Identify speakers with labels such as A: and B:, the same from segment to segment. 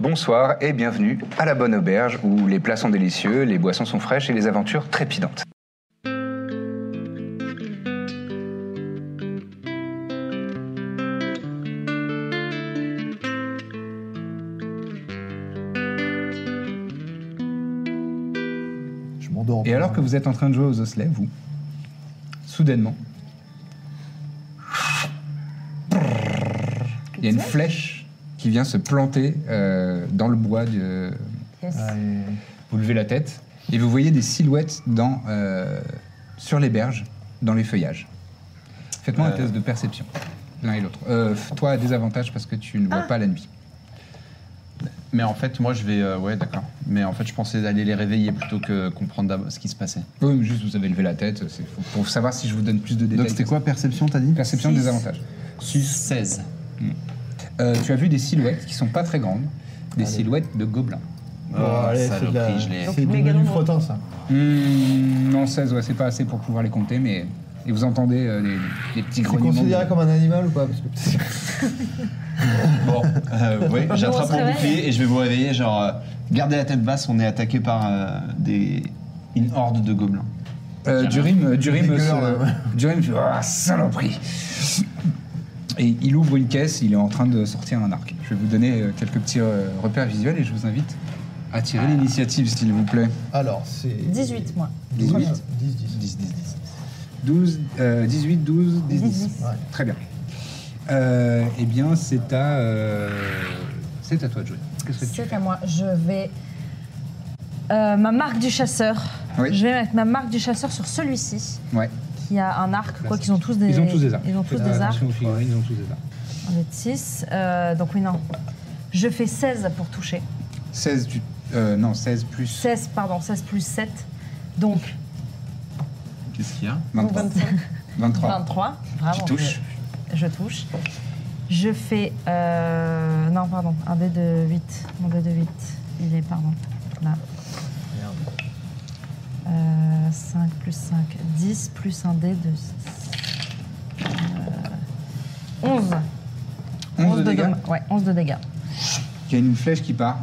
A: Bonsoir et bienvenue à la Bonne Auberge où les plats sont délicieux, les boissons sont fraîches et les aventures trépidantes.
B: Je m'endors.
A: Et alors que vous êtes en train de jouer aux osselets, vous, soudainement, il y a une flèche qui vient se planter euh, dans le bois. du-
C: Ah,
A: Vous levez la tête et vous voyez des silhouettes dans, euh, sur les berges, dans les feuillages. Faites-moi
C: Euh.
A: un test de perception, l'un et l'autre. Euh, toi, à désavantage parce que tu ne vois pas l'ennemi.
C: Mais en fait, moi, je vais. euh, ouais, d'accord. Mais en fait, je pensais aller les réveiller plutôt que comprendre d'abord ce qui se passait.
A: Oui, mais juste vous avez levé la tête, c'est faut- pour savoir si je vous donne plus de détails.
C: Donc, c'était quoi, perception, t'as dit
A: Perception des avantages.
C: 16.
A: Euh, tu as vu des silhouettes qui sont pas très grandes, des silhouettes de gobelins.
C: Oh,
B: Bon, allez, c'est de la-
C: saloperie, je l'ai.
B: c'est du
D: méga
B: menu
D: nombreux.
B: frottin, ça.
A: Hmm, non, 16, ouais, c'est pas assez pour pouvoir les compter, mais et vous entendez euh, des, des petits
B: C'est
A: grognements.
B: considéré
A: de-
B: comme un animal ou pas Parce que-
C: Bon, euh, oui, j'attrape
D: on se
C: mon
D: réveille.
C: bouclier et je vais vous réveiller. Genre, euh, gardez la tête basse, on est attaqué par euh, des. une horde de gobelins.
A: Euh, Durim, euh, Durim,
B: Des
A: se-
B: gueuleurs, là.
A: Durim, fait, ah, saloperie. Et il ouvre une caisse, il est en train de sortir un arc. Je vais vous donner euh, quelques petits euh, repères visuels et je vous invite à tirer l'initiative, s'il vous plaît.
B: Alors, c'est.
D: 18 mois.
B: 18
A: 18.
B: 10, 10. 10, 10,
A: 12, euh, 18, 12, 10, 10.
B: Ouais.
A: Très bien. Euh, eh bien, c'est à, euh, c'est à toi de jouer. Qu'est-ce que tu
D: C'est à moi. Je vais. euh, ma marque du chasseur.
A: Oui.
D: Je vais mettre ma marque du chasseur sur celui-ci,
A: Ouais.
D: qui a un arc, quoi qu'ils ont tous des
A: Ils ont tous des arcs.
D: Ils ont tous
A: Faites
D: des arcs.
A: attention aux figurines, ils ont tous des arcs.
D: On est 6. donc oui, non. Je fais 16 pour toucher.
A: 16, tu- euh, non, 16 plus
D: 16, pardon, 16 plus 7. Donc
C: Qu'est-ce qu'il y a
A: 23. 23.
D: 23. Bravo.
A: Tu touches.
D: Je, je touche. Je fais. euh, non, pardon, un dé de 8. Mon dé de 8. Il est, pardon, là. Euh, 5 plus 5, 10 plus un dé de. euh, 11.
A: 11 de dégâts.
D: dom- Ouais, 11 de dégâts.
A: Il y a une flèche qui part.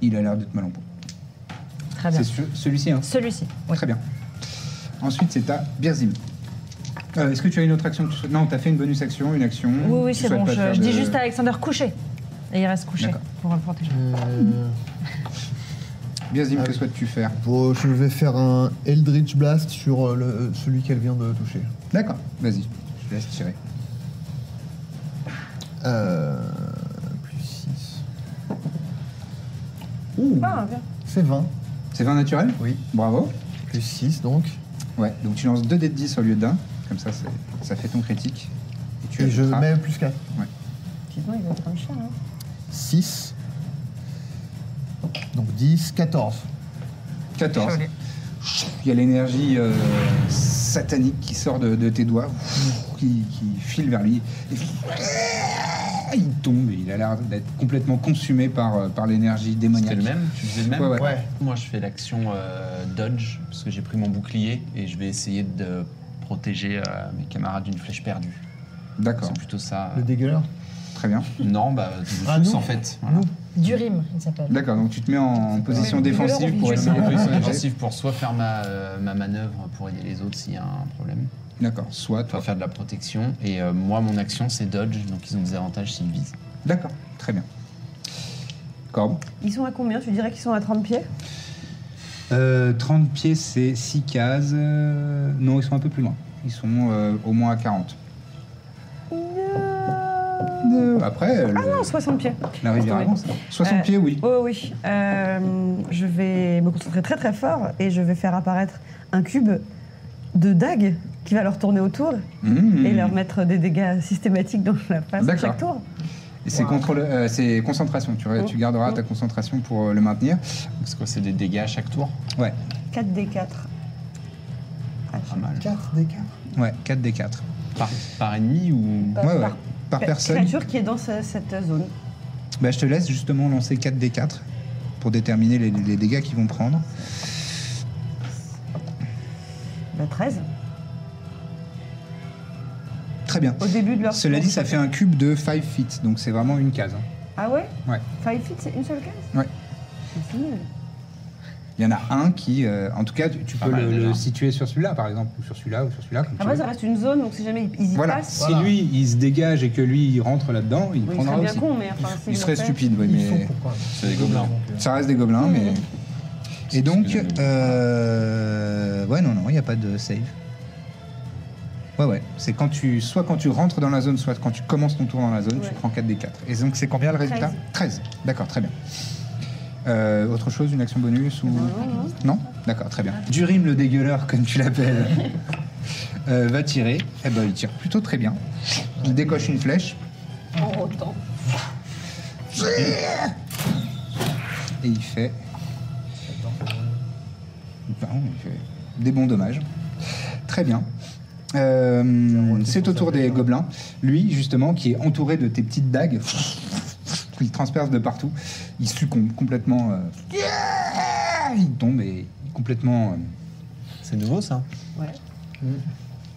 A: Il a l'air d'être mal en point.
D: Très bien.
A: C'est sûr- celui-ci, hein
D: Celui-ci. oui.
A: Très bien. Ensuite, c'est à Birzim. Euh, Est-ce que tu as une autre action que tu souhaites Non, tu as fait une bonus action, une action.
D: Oui, oui,
A: Tu
D: c'est
A: souhaites
D: bon.
A: pas
D: Je,
A: faire
D: je
A: de-
D: dis juste à Alexander, couché. Et il reste couché
A: D'accord. Hmm.
D: pour le protéger.
B: Euh,
A: Birzim,
D: Ah
A: que souhaites-tu faire
B: Bon, je vais faire un Eldritch Blast sur euh, le- celui qu'elle vient de toucher.
A: D'accord, vas-y, je te laisse tirer.
B: Euh, plus 6.
D: Ah, bien.
B: C'est 20.
A: C'est 20 naturel
B: Oui.
A: Bravo.
B: Plus 6 donc.
A: Ouais, donc tu lances 2 dés de 10 au lieu d'un, comme ça, c'est- ça fait ton critique. Et tu
B: Et je
A: ajouteras-
B: mets plus 4.
D: Putain, il va prendre cher, hein.
B: 6. Donc 10, 14.
A: 14. Il y a l'énergie euh, satanique qui sort de, de tes doigts, qui, qui file vers lui. Et ah, il tombe et il a l'air d'être complètement consumé par, euh, par l'énergie démoniaque.
C: C'était le même Tu faisais le même
A: Ouais, ouais.
B: Ouais.
C: Moi, je fais l'action euh, dodge, parce que j'ai pris mon bouclier et je vais essayer de protéger euh, mes camarades d'une flèche perdue.
A: D'accord,
C: C'est plutôt ça. euh.
B: Le dégueuleur.
A: très bien.
C: Non, bah, vous
B: Ah,
C: tous
B: nous.
C: en fait. Voilà.
B: Nous.
D: Durim, il s'appelle.
A: D'accord, donc tu te mets en position
D: Mais le
A: défensive
D: leader,
A: pour
D: on
C: Je
A: essayer
C: me mets en position
A: de protéger.
C: défensive pour soit faire ma, euh, ma manœuvre pour aider les autres s'il y a un problème,
A: D'accord, soit
C: soit
A: toi.
C: faire de la protection. Et euh, moi, mon action, c'est dodge, donc ils ont des avantages s'ils visent.
A: D'accord, très bien. Corbe
E: Ils sont à combien Tu dirais qu'ils sont à 30 pieds
A: Euh, 30 pieds, c'est 6 cases. euh, Non, ils sont un peu plus loin. Ils sont euh, au moins à 40. Euh, Après, euh,
E: Ah
A: le-
E: non, 60 pieds.
A: la rivière
E: Attendez.
A: avance. 60
E: Euh,
A: pieds, oui.
E: Oh oui. Euh, je vais me concentrer très très fort et je vais faire apparaître un cube de dague qui va leur tourner autour
A: Mmh.
E: et leur mettre des dégâts systématiques dans la face à
A: D'accord.
E: chaque tour.
A: Et C'est contrôle, euh, c'est concentration. Tu,
E: Oh,
A: tu garderas ta concentration pour euh, le maintenir.
C: Parce que c'est des dégâts à chaque tour.
A: Ouais,
E: 4 des 4.
C: Pas mal.
B: 4 des 4.
A: ouais, 4 des 4.
C: Par, par ennemi ou.
E: Par-
A: ouais, ouais.
E: Bah, par-
A: Par personne.
E: Créature qui est dans ce- cette zone.
A: Bah, je te laisse justement lancer 4 des 4 pour déterminer les, les dégâts qu'ils vont prendre.
E: La 13.
A: Très bien.
E: Au début de leur
A: Cela
E: tour.
A: dit, ça fait un cube de 5 feet, donc c'est vraiment une case. hein.
E: Ah ouais
A: Ouais.
E: 5 feet, c'est une seule case
A: Ouais.
E: C'est fini.
A: Il y en a un qui, euh, en tout cas, tu, tu
C: Pas
A: peux
C: mal,
A: le, le
C: déjà.
A: situer sur celui-là, par exemple, ou sur celui-là, ou sur celui-là. comme tu
E: Après,
A: veux.
E: Ah, ça reste une zone, donc si jamais ils- ils y
A: Voilà.
E: passent.
A: Si lui, il se dégage et que lui, il rentre là-dedans, il
E: Oui, il
A: prendra
E: serait bien
A: aussi.
E: con, mais enfin,
A: Il-
E: s'il
A: il
E: le
A: serait
E: fait.
A: stupide, oui,
B: Ils
A: mais
B: sont pourquoi
C: C'est des gobelins.
B: euh,
A: ça reste des gobelins, mais. Et donc,
C: Excusez-moi.
A: euh, ouais, non, non, il n'y a pas de save. Ouais, ouais. C'est quand tu, soit quand tu rentres dans la zone, soit quand tu commences ton tour dans la zone,
E: Ouais.
A: tu prends 4 des 4. Et donc, c'est combien le résultat 13. D'accord, très bien. Euh, autre chose, une action bonus ou... Non, Ah. D'accord, très bien. Durim le dégueuleur, comme tu l'appelles, euh, va tirer. Eh ben, il tire plutôt très bien. Il décoche une flèche. En rotant. Et il fait... Pardon, il fait des bons dommages. Très bien. Euh, c'est au tour des gobelins. Lui, justement, qui est entouré de tes petites dagues, il transperce de partout. Il succombe complètement. euh, Il tombe et complètement.
C: C'est nouveau ça
E: Ouais.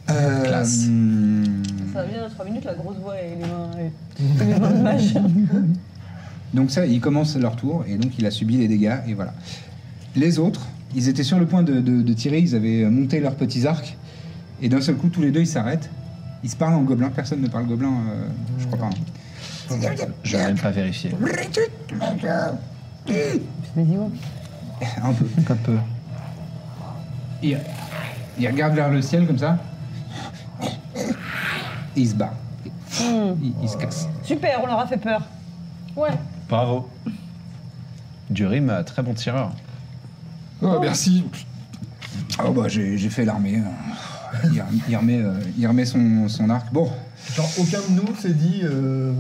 A: euh,
C: Classe.
A: euh,
E: Ça vient dans 3 minutes, la grosse voix et les mains, et- et les mains de mage.
A: Donc ça, ils commencent leur tour et donc il a subi les dégâts et voilà. Les autres, ils étaient sur le point de, de- de tirer, ils avaient monté leurs petits arcs et d'un seul coup, tous les deux, ils s'arrêtent. Ils se parlent en gobelin, personne ne parle gobelin, euh, je crois pas. hein.
C: Je vais même pas vérifier.
A: Un peu.
C: Pas peu.
A: Il, il regarde vers le ciel comme ça. Et il se barre. Et Il, il se casse.
E: Super, on leur a fait peur. Ouais.
C: Bravo. Durim, euh, très bon tireur.
A: Oh, merci. Oh, bah, j'ai j'ai fait l'armée. Il, rem- il remet, euh, il remet son, son arc. Bon,
B: Genre, aucun de nous s'est dit. euh,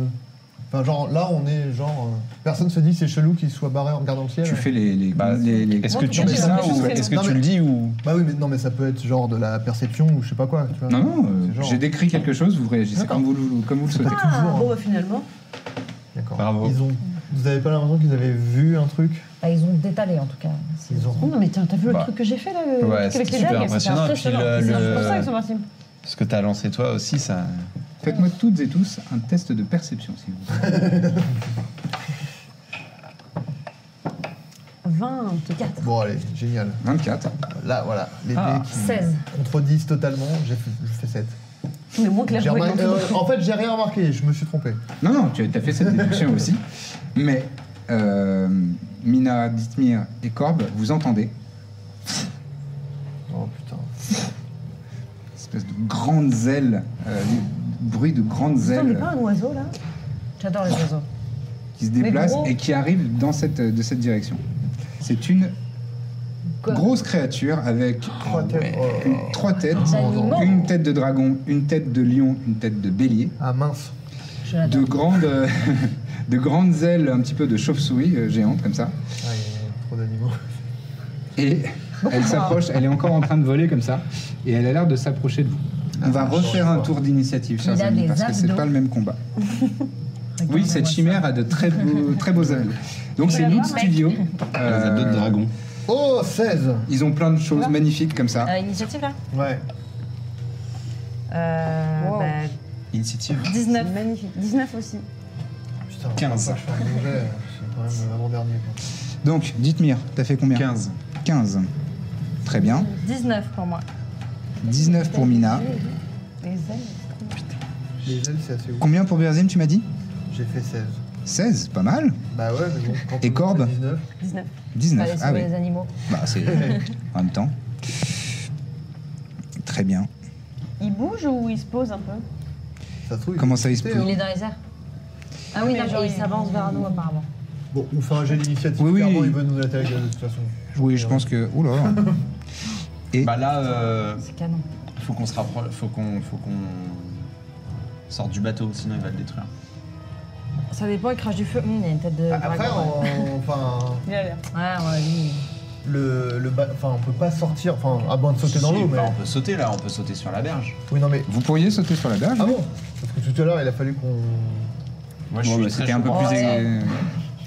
B: Enfin, genre, là, on est genre. euh, Personne se dit c'est chelou qu'il soit barré en regardant le ciel.
A: tu fais les. les,
C: Bah,
A: les- les-
C: Est-ce que tu
B: Non, mais
C: dis
B: j'ai
C: ça
B: l'impression
C: ou
B: que c'est
C: est-ce que
B: bon.
C: tu
B: Non,
C: le dis ou.
B: Bah oui, mais non, mais ça peut être genre de la perception ou je sais pas quoi. Tu vois.
A: Non, non, euh,
B: C'est genre-
A: j'ai décrit quelque chose, vous réagissez
B: D'accord.
A: comme vous, le- comme vous le souhaitez.
E: Ah, bon, bah, finalement.
B: D'accord.
C: Bravo.
B: Ils ont... Vous avez pas l'impression qu'ils avaient vu un truc
F: Bah, ils ont détalé en tout cas. C'est-
B: Ils ont.
E: Oh non, mais tiens, t'as vu le
C: Bah.
E: truc que j'ai fait là le...
C: Ouais,
E: truc avec
C: c'était
E: les
C: super
E: dagues
C: impressionnant. Et puis le,
E: C'est
C: le-
E: pour ça qu'ils sont partis.
C: Ce que t'as lancé toi aussi, ça.
A: Faites-moi toutes et tous un test de perception, s'il vous plaît.
E: 24.
B: Bon, allez, génial.
A: 24.
B: Là, voilà. Les
C: Ah.
B: dés qui
F: 16.
B: contredisent totalement. J'ai fait, je fais 7.
E: Mais moins que la
B: J'ai
E: voix.
B: remarqué- euh, en fait, j'ai rien remarqué. Je me suis trompé.
A: Non, non, tu as fait cette déduction aussi. Mais euh, Mina, Dithmir et Korb, vous entendez
B: Oh putain.
A: espèce de grandes ailes, euh, bruit de grandes
E: Putain, mais
A: ailes
E: pas un oiseau là
F: J'adore les oiseaux.
A: qui se déplacent
E: gros.
A: et qui arrivent dans cette, de cette direction. C'est une
F: Quoi
A: grosse créature avec
B: Trois têtes. Oh.
A: trois têtes,
F: D'animaux.
A: une tête de dragon, une tête de lion, une tête de bélier,
B: Ah mince.
F: Je
A: de
F: l'adore.
A: grandes, de grandes ailes un petit peu de chauve-souris euh, géante comme ça.
B: Ah, il y a trop d'animaux.
A: Et elle s'approche, elle est encore en train de voler comme ça, et elle a l'air de s'approcher de vous.
B: Ah,
A: On va refaire un tour d'initiative, chers
F: Il a
A: amis,
F: des
A: parce que c'est
F: abdos.
A: pas le même combat.
F: Regarde-moi
A: Oui, cette
F: ça.
A: chimère a de très beaux, très beaux ailes. Donc c'est Nude Studio. Euh,
C: d'autres dragons.
B: Oh, 16
A: Ils ont plein de choses magnifiques comme ça.
D: Euh, initiative là
B: Ouais.
D: euh,
E: Wow.
D: bah,
C: Initiative.
D: 19.
E: Magnifique. 19 aussi.
B: Putain,
C: 15.
B: Je suis un mauvais. C'est quand même l'avant-dernier. quoi.
A: Donc, dites-moi, t'as fait combien
C: 15.
A: 15. Très bien.
D: 19 pour moi.
A: 19 pour Mina.
E: Les ailes.
B: Les ailes, c'est assez ouf.
A: Combien pour Berzim, tu m'as dit
B: J'ai fait 16.
A: 16, pas mal.
B: Bah ouais, mais bon. Quand
A: Et
B: on
A: Corbe
B: fait 19.
E: 19.
A: 19,
F: Allez, sauver
A: ah oui.
F: les animaux.
A: Bah, c'est en même temps. Très bien.
E: Il bouge ou il se pose un peu
B: Ça se trouve,
A: Comment ça, il se
B: peut
A: peut
F: Il est dans les airs Ah
E: oui,
F: oui,
E: non,
F: non,
E: genre,
F: il
E: il-
F: s'avance vers nous apparemment.
B: Bon, on fait un jet d'initiative.
A: Oui, oui.
B: Clairement, il veut nous attaquer de toute façon.
A: Oui, je pense que. Oula
C: Bah là, euh,
F: C'est canon.
C: Faut qu'on se rapproche, faut qu'on faut qu'on sorte du bateau, sinon il va le détruire.
D: Ça dépend, il crache du feu. Hum, il a une tête de
B: Bah, Après,
D: dragon. ouais.
B: on- enfin,
E: Il a l'air.
F: Ouais, ouais, lui.
B: le, le ba- enfin, on peut pas sortir, enfin, à moins de sauter dans
C: Si,
B: l'eau, mais.
C: bah, On peut sauter là, on peut sauter sur la berge.
B: Oui, non, mais.
A: Vous pourriez sauter sur la berge
B: Ah
A: oui
B: bon Parce que tout à l'heure, il a fallu qu'on.
C: Moi
A: Bon, bah,
C: très
A: C'était un
C: chaud
A: peu
C: pour
A: plus.
C: ça.
A: é-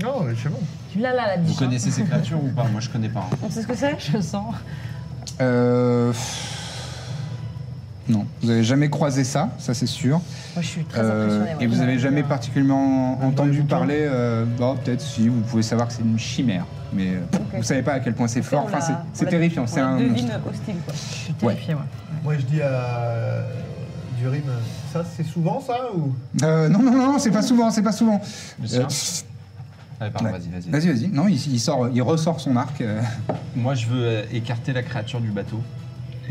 B: Non, mais c'est bon.
F: Tu l'as là, la
C: Vous
F: biche. hein.
C: connaissez ces créatures ou pas Moi je connais pas. hein.
E: On sait ce que c'est
D: Je sens.
A: Euh, pff, Non, vous avez jamais croisé ça, ça c'est sûr.
D: Moi, je suis très
A: Euh,
D: impressionnée. ouais.
A: et vous avez jamais particulièrement
B: Même dans les
A: entendu
B: bouquins
A: parler. euh, bon, peut-être si, vous pouvez savoir que c'est une chimère, mais euh, vous savez pas à quel point c'est fort.
E: On
A: Enfin,
E: la-
A: c'est-
E: on
A: c'est
E: la-
A: terrifiant.
E: on
A: C'est
E: la
A: un
E: devine
A: monstre.
E: hostile, quoi.
D: Je suis terrifiée, ouais.
B: Moi, je dis à. Durim, ça, c'est souvent ça ou
A: Euh, non, non, non, non, c'est pas souvent, c'est pas souvent.
C: Le
A: Euh,
C: sien Allez, pardon,
A: ouais.
C: vas-y, vas-y.
A: Vas-y, vas-y. Non, il, il sort, il ressort son arc. euh,
C: Moi, je veux euh, écarter la créature du bateau.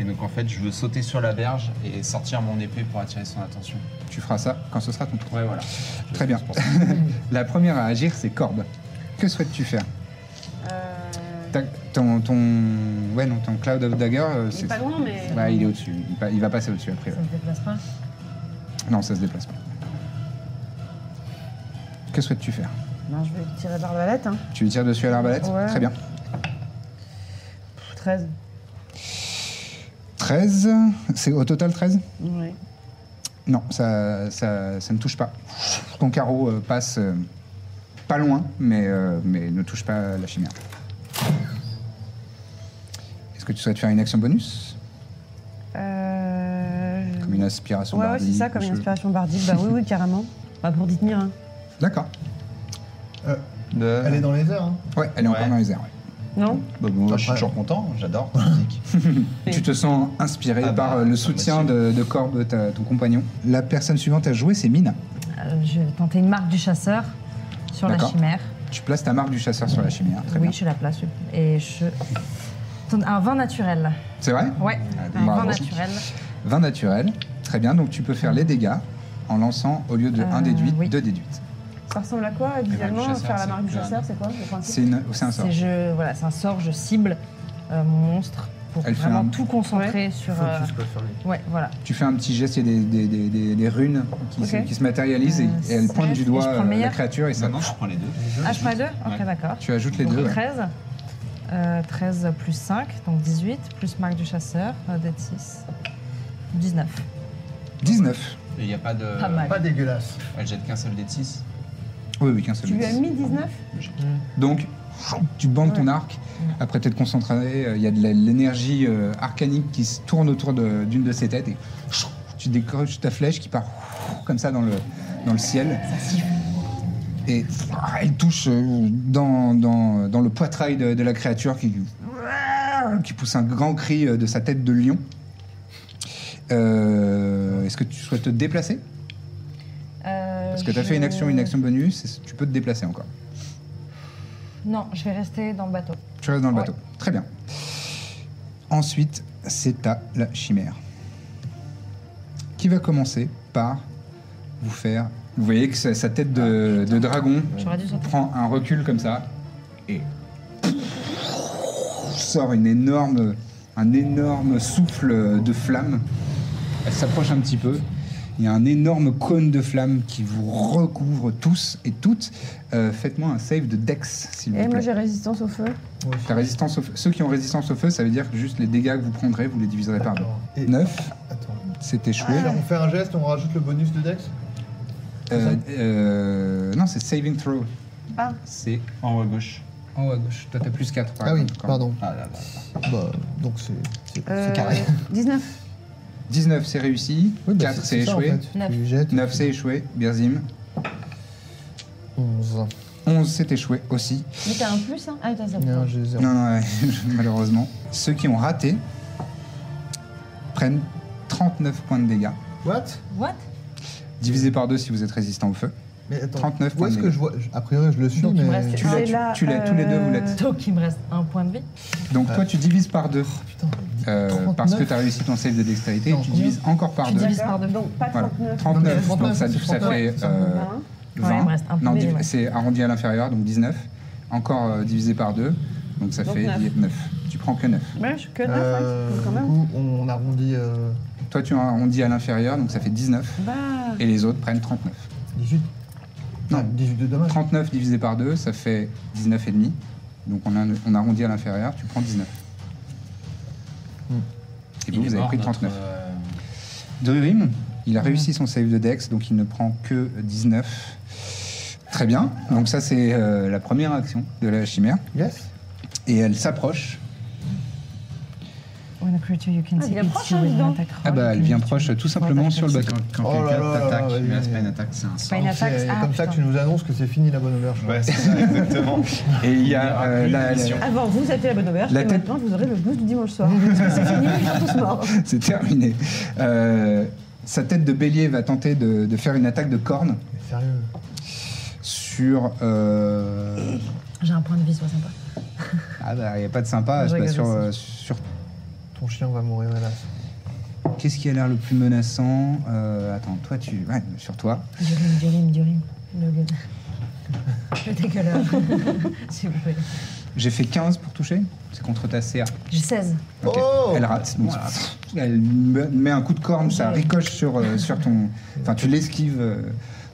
C: Et donc, en fait, je veux sauter sur la berge et sortir mon épée pour attirer son attention.
A: tu feras ça quand ce sera ton tour.
C: Ouais, voilà.
A: Très bien. La première à agir, c'est Corbe. Que souhaites-tu faire
E: Euh,
A: Ta- ton, ton- ouais, non, ton Cloud of Dagger, euh,
E: il est
A: c'est.
E: pas loin, mais.
A: Ouais, il est au-dessus. Il, pa- il va passer au-dessus après.
D: Ça ne déplace pas.
A: Non, ça se déplace pas. Que souhaites-tu faire
D: Non, je vais le tirer par l'arbalète. Hein.
A: Tu lui tires dessus à l'arbalète
D: Ouais.
A: Très bien.
D: Pff, 13.
A: 13, c'est au total 13
D: Ouais.
A: Non, ça, ça, ça ne touche pas. Ton carreau euh, passe euh, pas loin, mais, euh, mais ne touche pas la chimère. Est-ce que tu souhaites faire une action bonus
D: Euh...
A: Comme une inspiration
D: Ouais, ouais,
A: bardique,
D: c'est ça, comme
A: ou
D: une
A: ce-
D: inspiration bardique. Bah oui, oui, carrément. Bah pour dites hein.
A: D'accord.
B: Euh, Elle est dans les airs. Hein.
A: Ouais, elle est encore
C: Ouais.
A: dans les airs. ouais.
D: Non
C: moi, je
B: je
C: suis
B: suis
C: toujours content, j'adore la musique.
A: Tu te sens inspiré
C: Ah
A: par
C: bah,
A: euh, le
C: ça
A: soutien
C: me
A: de, de Corbe, ta- ton compagnon. La personne suivante à jouer, c'est Mina.
D: Euh, Je vais tenter une marque du chasseur sur la
A: D'accord.
D: chimère.
A: Tu places ta marque du chasseur sur la chimère. Très
D: oui,
A: bien.
D: je la place. oui. Et je. Attends, Un vin naturel.
A: C'est vrai
D: Ouais, un
A: bravo.
D: vin naturel.
A: 20 naturel. Très bien, donc tu peux faire les dégâts en lançant au lieu de 1
D: Euh,
A: déduit,
D: oui.
A: 2 déduites.
E: Ça ressemble à
A: Eh ben,
E: quoi,
C: visuellement,
E: visuellement
C: chasseur,
E: Faire la
C: c'est
E: marque du
C: plein.
E: chasseur, c'est quoi le principe
A: C'est une- c'est un sort.
D: C'est je, voilà, c'est un sort, je cible euh, mon monstre pour
A: Elle fait
D: vraiment
A: un-
D: tout concentrer sur. euh,
B: Focus, quoi, sur lui.
D: Ouais, voilà.
A: Tu fais un petit geste, il y a des, des- des- des- des runes qui, se,
D: Ok.
A: qui se matérialisent et-
D: Euh,
A: et, elles pointent
D: sept,
A: du
D: et
A: doigt
D: je prends le
A: euh, la
D: meilleur
A: créature et ça.
C: Maintenant, je prends les deux.
D: Ah, je prends les deux Ok,
C: Ouais.
D: d'accord.
A: Tu ajoutes les
D: Donc,
A: deux. hein. ouais.
D: 13. euh, 13 plus 5, donc 18, plus marque du chasseur, euh, d 6. 19.
A: 19.
C: Et il n'y a pas de.
D: bah. Pas
A: Euh,
D: mal.
B: Pas dégueulasse.
C: Elle jette qu'un seul des 6.
A: Oui, oui, qu'un seul.
E: Tu lui as
A: dé-
E: mis 19
A: Donc, tu bandes ton arc. Après t'être concentré, euh, il y a de la- l'énergie euh, arcanique qui se tourne autour de- d'une de, ses têtes et tu décroches ta flèche qui part comme ça dans le, dans le ciel. Et elle touche euh, dans, dans- dans le poitrail de, de la créature qui, qui pousse un grand cri euh, de sa tête de lion. Euh, Est-ce que tu souhaites te déplacer
D: Euh,
A: Parce que tu as
D: je-
A: fait une action, une action bonus, et tu peux te déplacer encore.
D: Non, je vais rester dans le bateau.
A: Tu restes dans le
D: Ouais.
A: bateau. Très bien. Ensuite, c'est à la chimère. Qui va commencer par vous faire. Vous voyez que sa sa tête de, de dragon
D: Ah, J'aurais dû sortir.
A: prend un recul comme ça et sort une énorme, un énorme souffle de flamme. Elle s'approche un petit peu. Il y a un énorme cône de flamme qui vous recouvre tous et toutes. Euh, Faites-moi un save de Dex, s'il vous
D: Eh,
E: Et
A: plaît.
E: moi j'ai résistance au feu.
B: Moi aussi.
A: La résistance au feu- Ceux qui ont résistance au feu, ça veut dire que juste les dégâts que vous prendrez, vous les diviserez par deux.
B: Attends. Et-
A: 9,
B: Attends.
A: c'est échoué.
B: Et là, on fait un geste, on rajoute le bonus de Dex
A: Euh, euh, non, c'est saving throw. C'est
C: En haut à gauche.
A: en haut à gauche. Toi, t'as plus 4.
C: Ah là là.
B: Bah, donc c'est c'est- c'est
D: Euh,
B: carré.
D: 19.
A: 19, c'est réussi. 4, bah, c'est échoué.
D: Neuf.
B: Tu jettes.
A: 9, c'est échoué. Birzim.
B: 11.
A: 11, c'est échoué aussi.
F: Mais t'as un plus, hein Ah, t'as ça.
B: Non, j'ai zéro.
A: Non, non, ouais, malheureusement. Ceux qui ont raté prennent 39 points de dégâts.
B: What
D: What
A: Divisé par 2 si vous êtes résistant au feu.
B: Mais attends,
A: 39
B: où
A: points
B: est-ce
A: de
B: que
A: dégâts.
B: je vois A priori, je le suis,
D: Donc il me
B: mais...
D: reste
A: Tu l'as,
D: un.
A: tu- tu l'as, tous les deux, vous l'êtes.
D: Donc il me reste un point de vie.
A: Donc toi, tu divises par 2.
B: Oh, Putain,
A: Euh,
B: 39.
A: parce que tu as réussi ton save de dextérité,
B: Non,
A: tu
B: combien
A: divises encore par
D: Tu
A: deux.
D: divises par deux.
E: Donc pas
A: Voilà.
E: 39.
A: 39,
B: Non, mais
A: donc ça,
B: 39,
A: ça fait
B: c'est
A: euh, 20.
E: 20.
D: Ouais, il me reste un peu,
A: non,
D: mais
A: div-
D: ouais.
A: c'est arrondi à l'inférieur, donc 19. Encore euh, divisé par 2, donc ça
E: Donc
A: fait
E: neuf.
A: 9. Tu prends que 9.
D: Ah, hein,
E: Ouais, je suis que 9,
B: Euh,
E: quand
B: du
E: même.
B: coup, on arrondit... euh,
A: Toi, tu arrondis à l'inférieur, donc ça fait 19.
E: Bah,
A: Et les autres prennent 39.
B: 18
A: Non.
B: Ah, 18 de dommage.
A: 39 divisé par 2, ça fait 19,5. Donc on, a, on arrondit à l'inférieur, tu prends 19.
B: Hmm.
A: Et vous,
C: Il est
A: vous avez
C: mort,
A: pris
C: notre,
A: 39.
C: euh,
A: Drurim, il a réussi son save de Dex, donc il ne prend que 19. Très bien. Donc ça, c'est euh, la première action de la chimère.
B: Yes.
A: Et elle s'approche.
D: When a creature you can
F: Ah,
D: see
F: il est
D: hits
F: proche,
D: you
F: hein,
D: with
F: dis
D: an
F: donc.
D: attack roll,
A: Ah bah, elle
D: you
A: vient
D: can
A: proche
D: use
A: euh, tout simplement sur le
G: C'est
A: bâton.
G: Quand, quand
B: Oh là
G: quelqu'un
B: là là
G: t'attaque,
B: là,
G: mais là, c'est
B: oui,
G: pas une
B: oui.
G: attaque, c'est un sort.
D: Pas une
B: Donc,
D: attaque,
B: c'est
D: ah,
B: comme ça que tu
D: putain.
B: nous annonces que c'est fini la bonne auberge.
G: Ouais, c'est ça, exactement.
A: Et il y a euh,
G: plus
A: la-
G: d'émission.
A: la-
D: Ah
E: Avant, vous étiez la bonne auberge,
A: La
E: Ah, et
A: tête-
E: maintenant, vous aurez le blues du dimanche soir. Parce que c'est fini, ils sont tous morts.
A: C'est terminé. Euh, sa tête de bélier va tenter de, de faire une attaque de corne
B: Mais Sérieux.
A: sur. euh,
F: J'ai un point de vie, sois sympa.
A: Ah bah, il n'y a pas de sympa.
D: Je
A: bah,
D: rigole
A: sur,
D: aussi.
A: euh, sur-
B: Ton chien va mourir, hélas.
A: Qu'est-ce qui a l'air le plus menaçant Euh, Attends, toi, tu. Ouais, sur toi.
F: Du rime, du rime, du rime. Logan. Le dégueulasse. S'il vous plaît.
A: J'ai fait 15 pour toucher. C'est contre ta CA.
F: J'ai 16.
A: Ok.
B: Oh
A: elle rate. donc Elle me- met un coup de corne, ça ricoche sur, euh, sur ton. Enfin, tu l'esquives euh,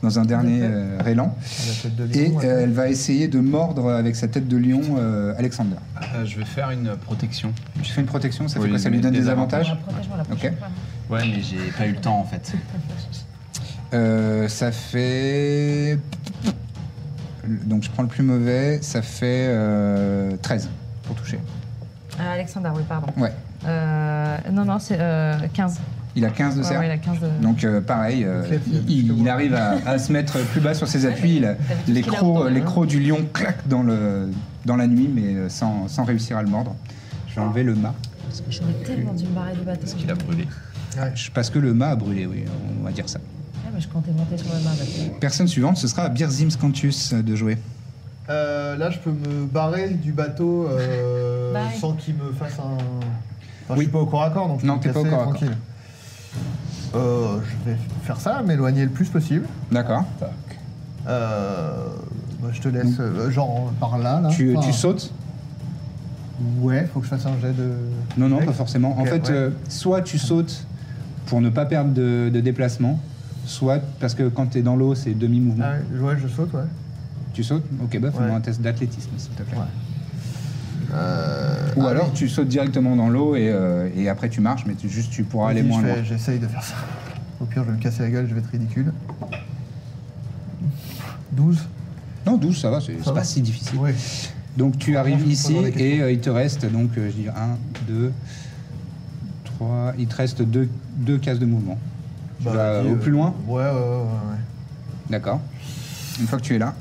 A: dans un dernier euh, rélan.
B: Ah, La tête de
A: Et
B: lion, elle-
A: euh, elle va essayer de mordre avec sa tête de lion euh, Alexander.
G: Euh, je vais faire une protection.
A: Tu fais une protection, ça fait
G: Oui,
A: quoi Ça lui donne
G: des
A: des
F: Je
A: avantages
F: la protège, moi, la prochaine
A: Ok.
F: fois.
C: Ouais, mais j'ai pas eu le temps en fait.
A: Euh, Ça fait. Donc je prends le plus mauvais, ça fait euh, 13 pour toucher.
D: Ah, Alexander, oui, pardon.
A: Ouais.
D: Euh, non, non, c'est euh, 15.
A: Il a 15 de
D: Ouais,
A: serre.
D: ouais, il a 15 de...
A: Donc euh, pareil, euh,
B: Ok,
A: il-
B: plus
A: il,
B: que
A: il
B: moi.
A: arrive à, à se mettre plus bas sur ses appuis. il- les,
D: qu'il a
A: crocs,
D: autour,
A: les
D: hein.
A: crocs du lion claquent dans, le, dans la nuit, mais euh, sans, sans réussir à le mordre. Je vais enlever le mât.
F: J'aurais tellement dû me barrer du bateau. Parce
G: Il a brûlé.
A: Je- Parce que le mât a brûlé, oui, on va dire ça.
F: Ah, mais je comptais monter sur le main. parce
A: Personne suivante, ce sera à Birzim Scantius euh, de jouer.
B: Euh, là, je peux me barrer du bateau euh,
F: Bye.
B: sans qu'il me fasse un. Enfin, Je
A: Oui.
B: suis pas au corps à corps, donc je
A: Non,
B: peux
A: t'es
B: me
A: pas au
B: casser
A: corps à corps.
B: tranquille. Euh, je vais faire ça, m'éloigner le plus possible.
A: D'accord.
B: Euh, bah, je te laisse, euh, genre par là. là.
A: Tu,
B: Enfin,
A: tu sautes
B: Ouais, faut que je fasse un jet de.
A: Non, non,
B: Ouais.
A: pas forcément. en
B: Ok,
A: fait,
B: ouais.
A: euh, soit tu sautes pour ne pas perdre de, de déplacement, soit parce que quand tu es dans l'eau, c'est demi-mouvement.
B: Ah ouais, ouais, je saute, ouais.
A: Tu sautes Ok, bah fais-moi
B: Ouais.
A: un test d'athlétisme, s'il te plaît.
B: Ouais. Euh,
A: Ou
B: ah
A: alors
B: oui.
A: tu sautes directement dans l'eau et, euh, et après tu marches, mais tu, juste tu pourras aller
B: Vas-y,
A: moins
B: je
A: loin.
B: fais- J'essaye de faire ça. Au pire, je vais me casser la gueule, je vais être ridicule. 12
A: Non, 12, ça va, c'est c'est
B: va.
A: pas si difficile.
B: Ouais.
A: Donc tu arrives
B: je me
A: ici
B: pose dans les
A: et euh, il te reste, donc euh, je dis 1, 2, 3, il te reste 2 cases de mouvement. Tu vas
B: vas-y,
A: Bah, au
B: euh,
A: plus loin
B: Ouais, ouais, ouais. ouais,
A: D'accord. Une fois que tu es là,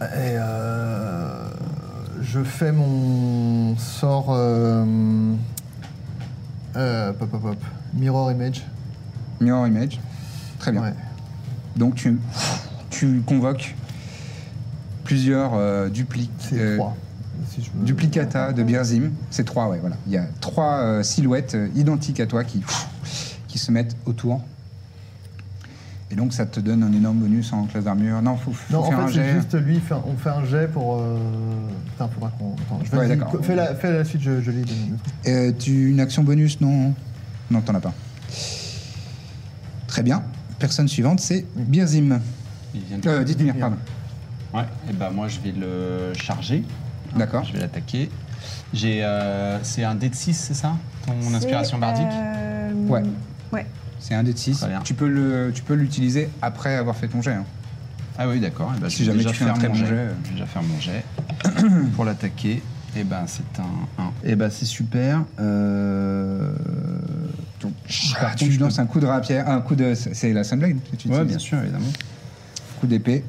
B: ouais. Et euh, je fais mon sort. Euh, euh, pop, pop, pop. Mirror image.
A: Mirror Image. Très bien.
B: Ouais.
A: Donc tu, tu convoques plusieurs euh, dupli-
B: C'est
A: euh,
B: 3. Si je me-
A: duplicata de Birzim. C'est trois, ouais, voilà. Il y a trois euh, silhouettes euh, identiques à toi qui, qui se mettent autour. Et donc ça te donne un énorme bonus en classe d'armure. Non, faut, faut
B: Non,
A: faire
B: en
A: un
B: fait, c'est
A: jet.
B: juste lui, fait un- on fait un jet pour. Euh... Putain, faudra qu'on. Attends, je- vas-y,
A: Ouais, d'accord.
B: co- fais, la, fais la suite, je, je lis. deux minutes.
A: Euh, tu une action bonus Non, non, t'en as pas. Très bien. Personne suivante, c'est Birzim.
C: Il vient de.
A: Euh, Dithmir, pardon.
C: Ouais, et bah moi je vais le charger. Hein,
A: D'accord.
C: Je vais l'attaquer. J'ai. euh, c'est un dé de 6, c'est ça Ton
E: C'est,
C: inspiration bardique
E: euh,
A: Ouais.
E: Ouais.
A: C'est un dé de 6.
C: Très bien.
A: Tu peux le, tu peux l'utiliser après avoir fait ton jet. hein.
C: Ah oui, d'accord. Eh ben,
A: Si
C: je vais
A: jamais
C: déjà
A: tu fais un
C: faire
A: très
C: mon
A: bon
C: jet.
A: jet.
C: Je vais déjà faire mon jet. Pour l'attaquer, et ben c'est un 1. Et ben c'est super. Euh... Donc,
H: Ah,
A: Par contre, tu lances un coup de rapière, un coup de, c'est la Sunblade que tu
C: Ouais,
A: utilises.
C: bien sûr, évidemment.
A: Coup d'épée.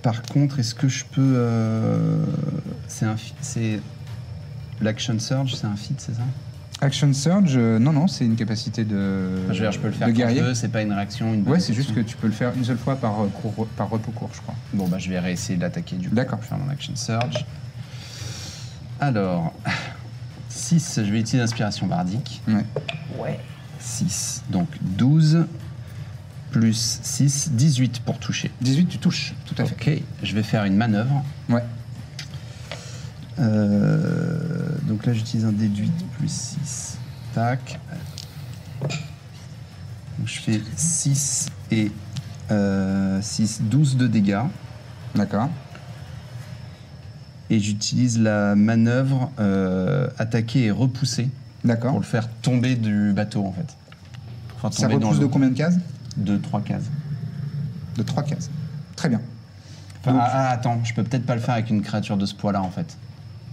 C: Par contre, est-ce que je peux. euh, C'est un. fi- C'est. L'action surge, c'est un feat, c'est ça
A: Action Surge, euh, non, non, c'est une capacité de,
C: Enfin, Ah, Je veux dire, je peux le faire
A: de
C: quand
A: guerrier.
C: je veux, c'est pas une réaction, une
A: Ouais, c'est juste
C: action.
A: que tu peux le faire une seule fois par, euh, cours- par repos court, je crois.
C: Bon, bah, je vais réessayer de l'attaquer du coup.
A: D'accord.
C: Je vais faire mon action surge. Alors, 6, je vais utiliser l'inspiration bardique.
A: Ouais.
C: 6, donc 12 plus 6, 18 pour toucher.
A: 18, tu touches, tout à fait.
C: Ok, je vais faire une manœuvre.
A: Ouais.
C: Euh, donc là, j'utilise un dé de 8 plus 6. Tac.
H: Donc je fais 6 et euh, 6, 12 de dégâts.
A: D'accord.
H: Et j'utilise la manœuvre euh, attaquer et repousser.
A: D'accord.
H: Pour le faire tomber du bateau en fait. Pour faire
A: Hein Ça
H: tomber dans
A: repousse de
H: l'eau.
A: combien de cases
H: De 3 cases.
A: De 3 cases. Très bien.
H: Enfin, ah, ah, attends, je peux peut-être pas le faire avec une créature de ce poids-là en fait.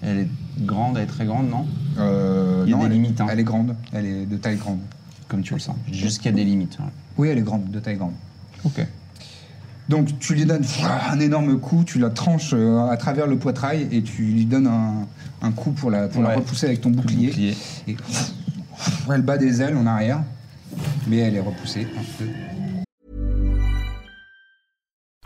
H: Elle est grande, elle est très grande, non
A: Euh,
H: Il y a
A: non,
H: des
A: elle, est-
H: limites, hein.
A: elle est grande. Elle est de taille grande.
H: Comme tu le sens. Jusqu'à des limites. ouais.
A: Oui, elle est grande, de taille grande.
H: Ok.
A: Donc tu lui donnes un énorme coup, tu la tranches euh, à travers le poitrail et tu lui donnes un, un coup pour, la, pour la
H: Ouais.
A: repousser avec ton bouclier.
H: Bouclier.
A: Et elle bat des ailes en arrière, mais elle est repoussée. Un, deux,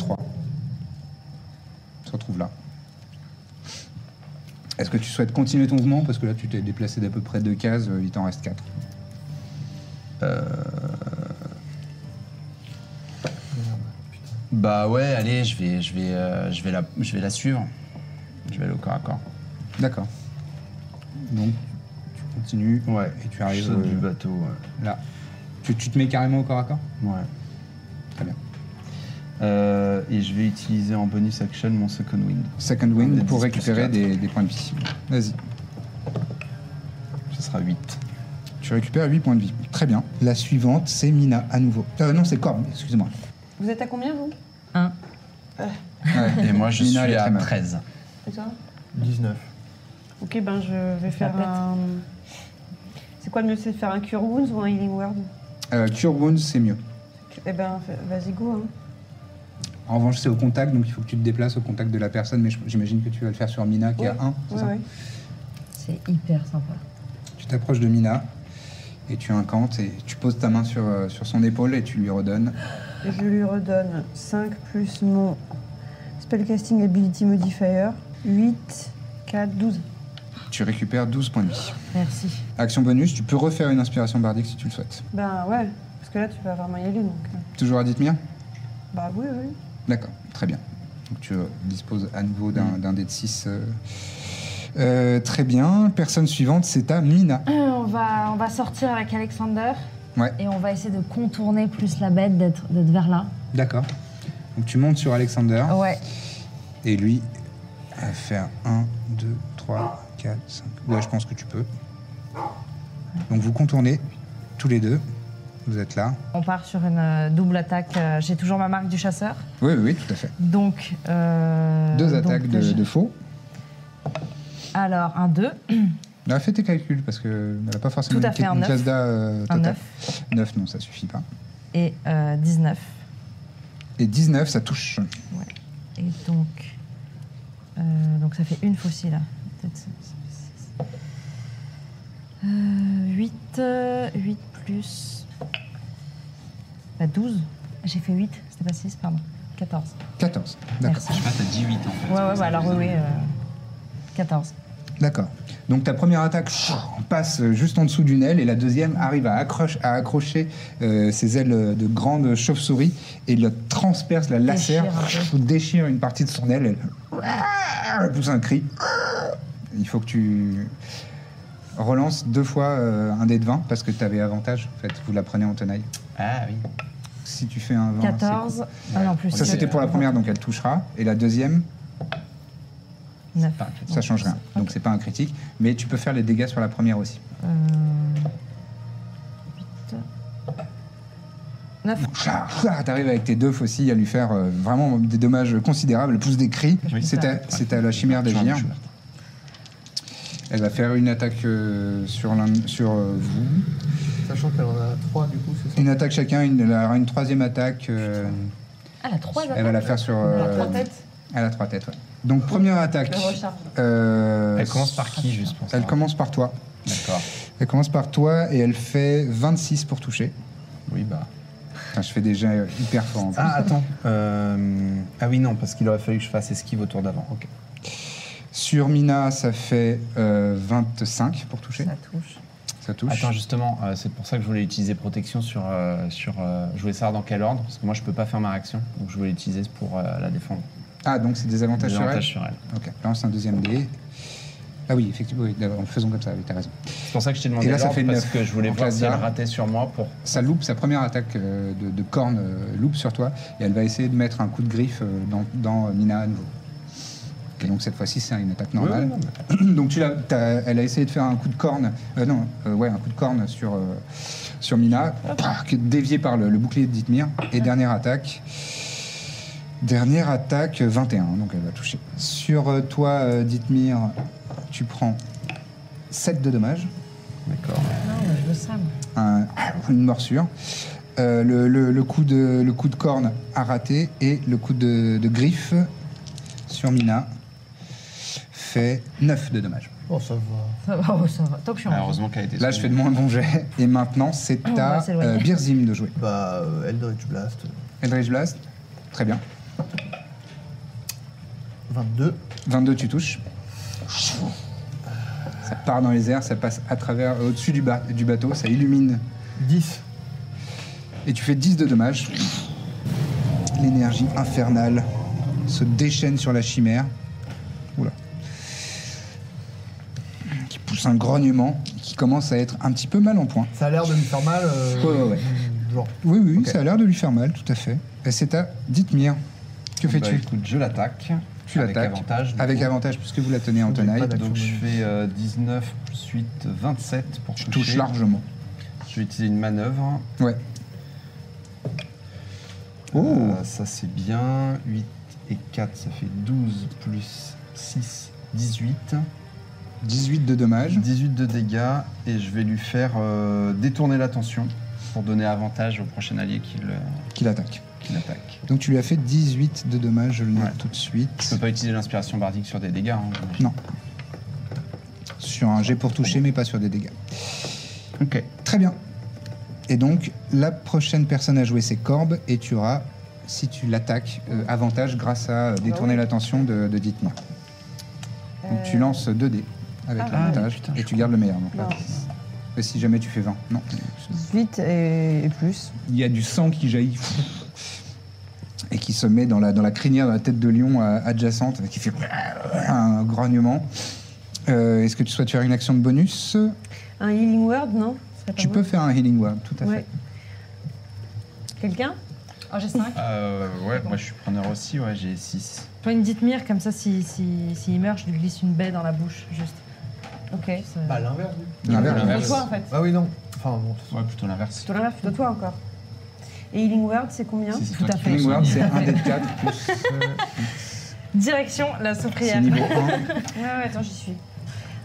A: on se retrouve là. Est-ce que tu souhaites continuer ton mouvement Parce que là, tu t'es déplacé d'à peu près deux cases, euh, il t'en reste quatre.
C: Bah ouais, allez, je vais, je vais, euh, je vais la, je vais la suivre. Je vais aller au corps à corps.
A: D'accord. Donc, tu continues. Ouais. Et tu
C: Je
A: arrives
C: saute du
A: euh,
C: bateau. ouais.
A: là. Tu, tu te mets carrément au corps à corps
H: Ouais.
A: Très bien.
H: Euh, et je vais utiliser en bonus action mon second wind.
A: Second wind
H: On est
A: pour
H: 10
A: récupérer
H: plus quatre.
A: des, des points de vie. Vas-y.
H: Ce sera 8.
A: Tu récupères 8 points de vie. Très bien. La suivante, c'est Mina à nouveau. Euh, non, c'est Corbe, excusez-moi.
E: Vous êtes à combien, vous
A: Ouais.
C: Et moi, je
A: Mina, elle est
C: suis
A: très
C: à
A: mal.
C: 13.
E: Et toi
B: 19.
E: Ok, ben je vais faire
D: pète.
E: un. C'est quoi le mieux C'est de faire un Cure Wounds ou un Healing Word
A: Euh, Cure Wounds, c'est mieux.
E: Eh ben, fais- vas-y, go. Hein.
A: En revanche, c'est au contact, donc il faut que tu te déplaces au contact de la personne, mais je- j'imagine que tu vas le faire sur Mina qui a
E: Ouais.
A: 1, c'est
E: Ouais,
A: ça
E: ouais.
F: C'est hyper sympa.
A: Tu t'approches de Mina et tu incantes et tu poses ta main sur, euh, sur son épaule et tu lui redonnes.
E: Je lui redonne 5 plus mon Spellcasting Ability Modifier. 8, 4, 12.
A: Tu récupères 12 points de vie.
F: Merci.
A: Action bonus, tu peux refaire une inspiration bardique si tu le souhaites.
E: Ben ouais, parce que là tu vas vraiment y aller donc. euh,
A: Toujours à Dithmir
E: Bah oui, oui.
A: D'accord, très bien. Donc tu euh, disposes à nouveau d'un
E: Mm.
A: d'un dé de 6. très bien. Personne suivante, c'est ta Mina.
D: Euh, On va, on va sortir avec Alexander.
A: Ouais.
D: Et on va essayer de contourner plus la bête, d'être d'être vers là.
A: D'accord. Donc tu montes sur Alexander.
D: Ouais.
A: Et lui, à faire 1, 2, 3, 4, 5. Ouais, je pense que tu peux. Donc vous contournez, tous les deux. Vous êtes là.
D: On part sur une euh, double attaque. euh, J'ai toujours ma marque du chasseur.
A: Oui, oui, oui, tout à fait.
D: Donc. euh,
A: Deux
D: donc
A: attaques de,
D: déjà-
A: de faux.
D: Alors, un 2.
A: Là, fais tes calculs parce qu'elle n'a pas forcément
D: Tout à
A: une-
D: fait, un
A: une
D: neuf.
A: classe d'A euh,
D: Un
A: totale. 9, non, ça suffit pas.
D: et euh, 19.
A: Et 19, ça touche.
D: Et donc. euh, donc ça fait une faucille là. 8, 8 euh, plus. Bah 12. J'ai fait 8, c'était pas 6, pardon. 14.
A: 14. D'accord.
D: Merci.
C: Ah, t'as 18 en fait.
D: Ouais, ouais, ouais, alors oui, oui. euh, 14.
A: D'accord. Donc ta première attaque chou, passe juste en dessous d'une aile et la deuxième arrive à, accroche- à accrocher euh, ses ailes de grande chauve-souris et la transperce, la lacère,
D: Déchire un peu.
A: chou, déchire une partie de son aile. Elle, elle pousse un cri. Il faut que tu relances deux fois euh, un dé de 20 parce que tu avais avantage. En fait, vous la prenez en tenaille.
C: Ah oui.
A: Si tu fais un 20, c'est cool.
D: 14. Ah non, plus.
A: Ça, c'était pour la première, donc elle touchera. Et la deuxième,
D: 9.
A: ça change rien. Donc, c'est pas un critique. Mais tu peux faire les dégâts sur la première aussi.
D: 9.
A: Chah, chah, T'arrives avec tes deux faucilles à lui faire euh, vraiment des dommages considérables, pousse des cris. C'est à, c'est à la chimère d'agir. Elle va faire une attaque euh, sur, l'un- sur euh, vous.
B: Sachant qu'elle en a 3 du coup, c'est ça
A: Une attaque chacun, une, elle aura une troisième attaque. euh,
D: Ah, la 3
A: elle va la faire sur.
D: Elle a
A: euh,
E: Trois têtes,
A: Elle a trois têtes, ouais. Donc première attaque.
E: je recharge.
A: euh,
G: Elle commence par qui, juste pour ça
A: Elle commence par toi.
G: D'accord.
A: Elle commence par toi et elle fait 26 pour toucher.
H: Oui, bah.
A: Putain, je fais déjà hyper fort. en plus.
H: Ah, attends. Euh, Ah oui, non, parce qu'il aurait fallu que je fasse esquive au tour d'avant. Ok.
A: Sur Mina, ça fait euh, 25 pour toucher.
F: Ça touche.
A: Ça touche.
C: Attends, justement, euh, c'est pour ça que je voulais utiliser protection sur. euh, sur euh, je voulais savoir dans quel ordre, parce que moi je peux pas faire ma réaction, donc je voulais l'utiliser pour euh, la défendre.
A: Ah, donc c'est des avantages
C: Des
A: sur elle
C: avantages sur elle.
A: Ok, lance un deuxième dé. Ah oui, effectivement, oui, d'abord, faisons comme ça, oui, t'as raison.
C: C'est pour ça que je t'ai demandé
A: Et là, ça
C: l'ordre,
A: fait
C: parce
A: neuf.
C: que je voulais
A: En
C: voir
A: classe
C: si elle
A: d'art.
C: ratait sur moi pour.
A: Ça loupe, sa première attaque euh, de, de corne euh, loupe sur toi, et elle va essayer de mettre un coup de griffe euh, dans, dans, euh, Mina à nouveau. Et donc cette fois-ci, c'est une attaque normale.
C: Ouais, ouais, non,
A: donc tu l'as- t'as- elle a essayé de faire un coup de corne, euh, non, euh, ouais, un coup de corne sur, euh, sur Mina, pah, qui est dévié par le, le bouclier de Dithmir. Et dernière attaque, dernière attaque euh, 21, donc elle va toucher. Sur euh, toi, euh, Dithmir, tu prends 7 de dommages.
H: D'accord.
F: Non, mais je veux ça, moi.
A: un- une morsure. Euh, le, le- le coup de, le coup de corne a raté et le coup de, de griffe sur Mina fait 9 de dommages.
B: Oh, ça va.
F: Ça va, oh, ça va. Tant que je suis
H: Ah,
F: en
H: heureusement qu'elle a été
A: Là, je fais de moins bon jet et maintenant, c'est
F: Oh, On
A: à
F: va s'éloigner.
A: euh, Birzim de jouer.
B: Bah, euh, Eldritch Blast,
A: Eldritch Blast, très bien.
B: 22.
A: 22, tu touches. Ça part dans les airs, ça passe à travers, au-dessus du, ba- du bateau, ça illumine
B: 10.
A: Et tu fais 10 de dommages. L'énergie infernale se déchaîne sur la chimère. Oula. Qui pousse un grognement qui commence à être un petit peu mal en point.
B: Ça a l'air de lui faire mal. euh,
A: Ouais, ouais, ouais.
B: Genre.
A: Oui, oui, ça a l'air de lui faire mal, tout à fait. Et c'est à Dithmir. Que
H: Bah,
A: fais-tu
H: écoute, je l'attaque.
A: Tu
H: Avec
A: l'attaques.
H: avantage. du
A: Avec
H: coup.
A: avantage, puisque vous la tenez en
B: J'ai
A: tenaille.
B: pas d'action.
H: Donc je fais euh, 19 plus 8, 27 pour
A: Tu
H: toucher.
A: touches largement.
H: Je vais utiliser une manœuvre.
A: Ouais. Oh
H: Euh, ça c'est bien. 8 et 4, ça fait 12 plus 6, 18.
A: 18 de dommages.
H: 18 de dégâts et je vais lui faire euh, détourner l'attention pour donner avantage au prochain allié qui le-
A: Qu'il attaque.
H: qui l'attaque.
A: Donc tu lui as fait 18 de dommages, je le note
H: Ouais.
A: tout de
H: Je
A: suite.
H: peux pas utiliser l'inspiration bardique sur des dégâts. hein.
A: Non. Sur un jet pour toucher, mais pas sur des dégâts.
H: Ok.
A: Très bien. Et donc, la prochaine personne à jouer, c'est Corbe, et tu auras, si tu l'attaques, euh, avantage grâce à euh,
E: Ah
A: détourner l'attention de, de Dithmar. Donc tu lances 2 dés avec
E: Euh. Ah,
A: l'avantage,
H: putain,
A: et
H: je
A: tu gardes le meilleur. Donc là,
E: Non.
A: et si jamais tu fais 20, non.
E: 18 et, et plus.
A: Il y a du sang qui jaillit. Et qui se met dans la, dans la crinière de la tête de lion euh, adjacente, qui fait un grognement. Euh, Est-ce que tu souhaites faire une action de bonus
E: Un healing word, non Ce serait pas
A: Tu
E: mal.
A: peux faire un healing word, tout à
E: Ouais. Quelqu'un
D: fait. Oh, j'ai 5.
H: Euh, ouais, moi je suis preneur aussi, ouais, j'ai 6.
D: Toi, une dite mire, comme ça, s'il si, si, s'il meurt, je lui glisse une baie dans la bouche, juste.
E: Ok.
D: Ça-
B: Bah, l'inverse. du-
A: fait. L'inverse.
D: Pour toi, en fait.
B: Bah oui, non. Enfin, bon.
H: Ouais, plutôt l'inverse.
E: Toi, l'inverse, de toi encore. Et healing word, c'est combien
H: Si, c'est
D: Tout
H: toi
D: à
H: qui
D: fait.
H: fais
A: Healing
H: ça.
A: word, c'est un dé de 4 plus
D: Direction la
A: c'est
D: souprière.
A: niveau 1.
E: Ouais, ouais, attends, j'y suis.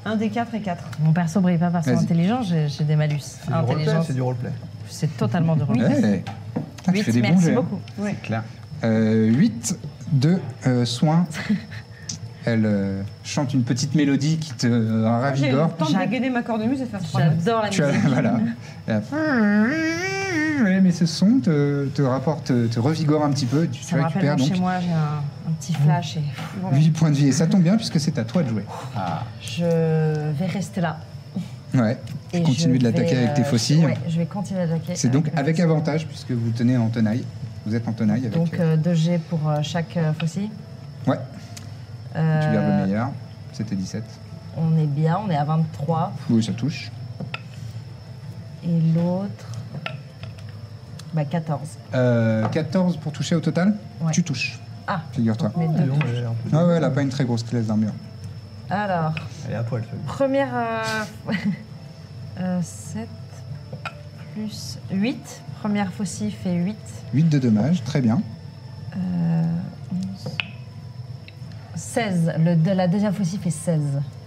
E: 1 des 4 et 4.
D: Mon perso brille pas par son
A: Vas-y.
D: intelligence, j'ai j'ai des malus.
B: C'est du roleplay,
D: Intelligence,
B: c'est du roleplay.
D: c'est totalement de
A: Eh,
D: rôle.
A: putain, Ah, tu fais des bons hein.
D: merci
A: jets.
D: beaucoup.
E: Ouais.
H: Claire.
A: 8 de euh, soins. Elle euh, chante une petite mélodie qui te euh,
E: J'ai le
A: ravigore.
E: temps de dégainer ma cornemuse et faire 3
D: J'adore la
A: Tu as,
D: musique.
A: voilà. Et après- Ouais, Mais ce son te, te rapporte, te revigore un petit peu. Tu, tu
D: Ça me rappelle
A: récupères
D: quand
A: donc Mmh.
D: chez moi, j'ai un, un petit flash et voilà.
A: 8 points de vie. Et ça tombe bien puisque c'est à toi de jouer.
D: Je vais rester là.
A: Ouais. Tu
D: Et
A: continues
D: je
A: de l'attaquer
D: vais,
A: avec tes
D: euh,
A: faucilles. hein.
D: Ouais, je vais continuer à l'attaquer.
A: C'est donc
D: mes
A: avec
D: faucilles.
A: avantage puisque vous tenez en tenaille. Vous êtes en tenaille avec.
D: Donc 2G pour euh, chaque euh, faucille.
A: ouais, tu
D: Euh,
A: gardes le meilleur. C'était 17.
D: On est bien, on est à 23.
A: Oui, ça touche.
D: Et l'autre. Bah 14.
A: Euh, 14 pour toucher au total
D: Ouais.
A: Tu touches,
D: Ah
A: figure-toi.
D: mes
B: Dis
D: deux.
B: donc, elle est un peu-
A: Ah ouais, elle a pas une très grosse classe d'armure.
D: Alors,
B: Elle est à poil, celle-là.
D: première. euh, 7 plus 8. Première faucille fait 8.
A: 8 de dommages, très bien.
D: 16. Le, de, la deuxième faucille fait 16.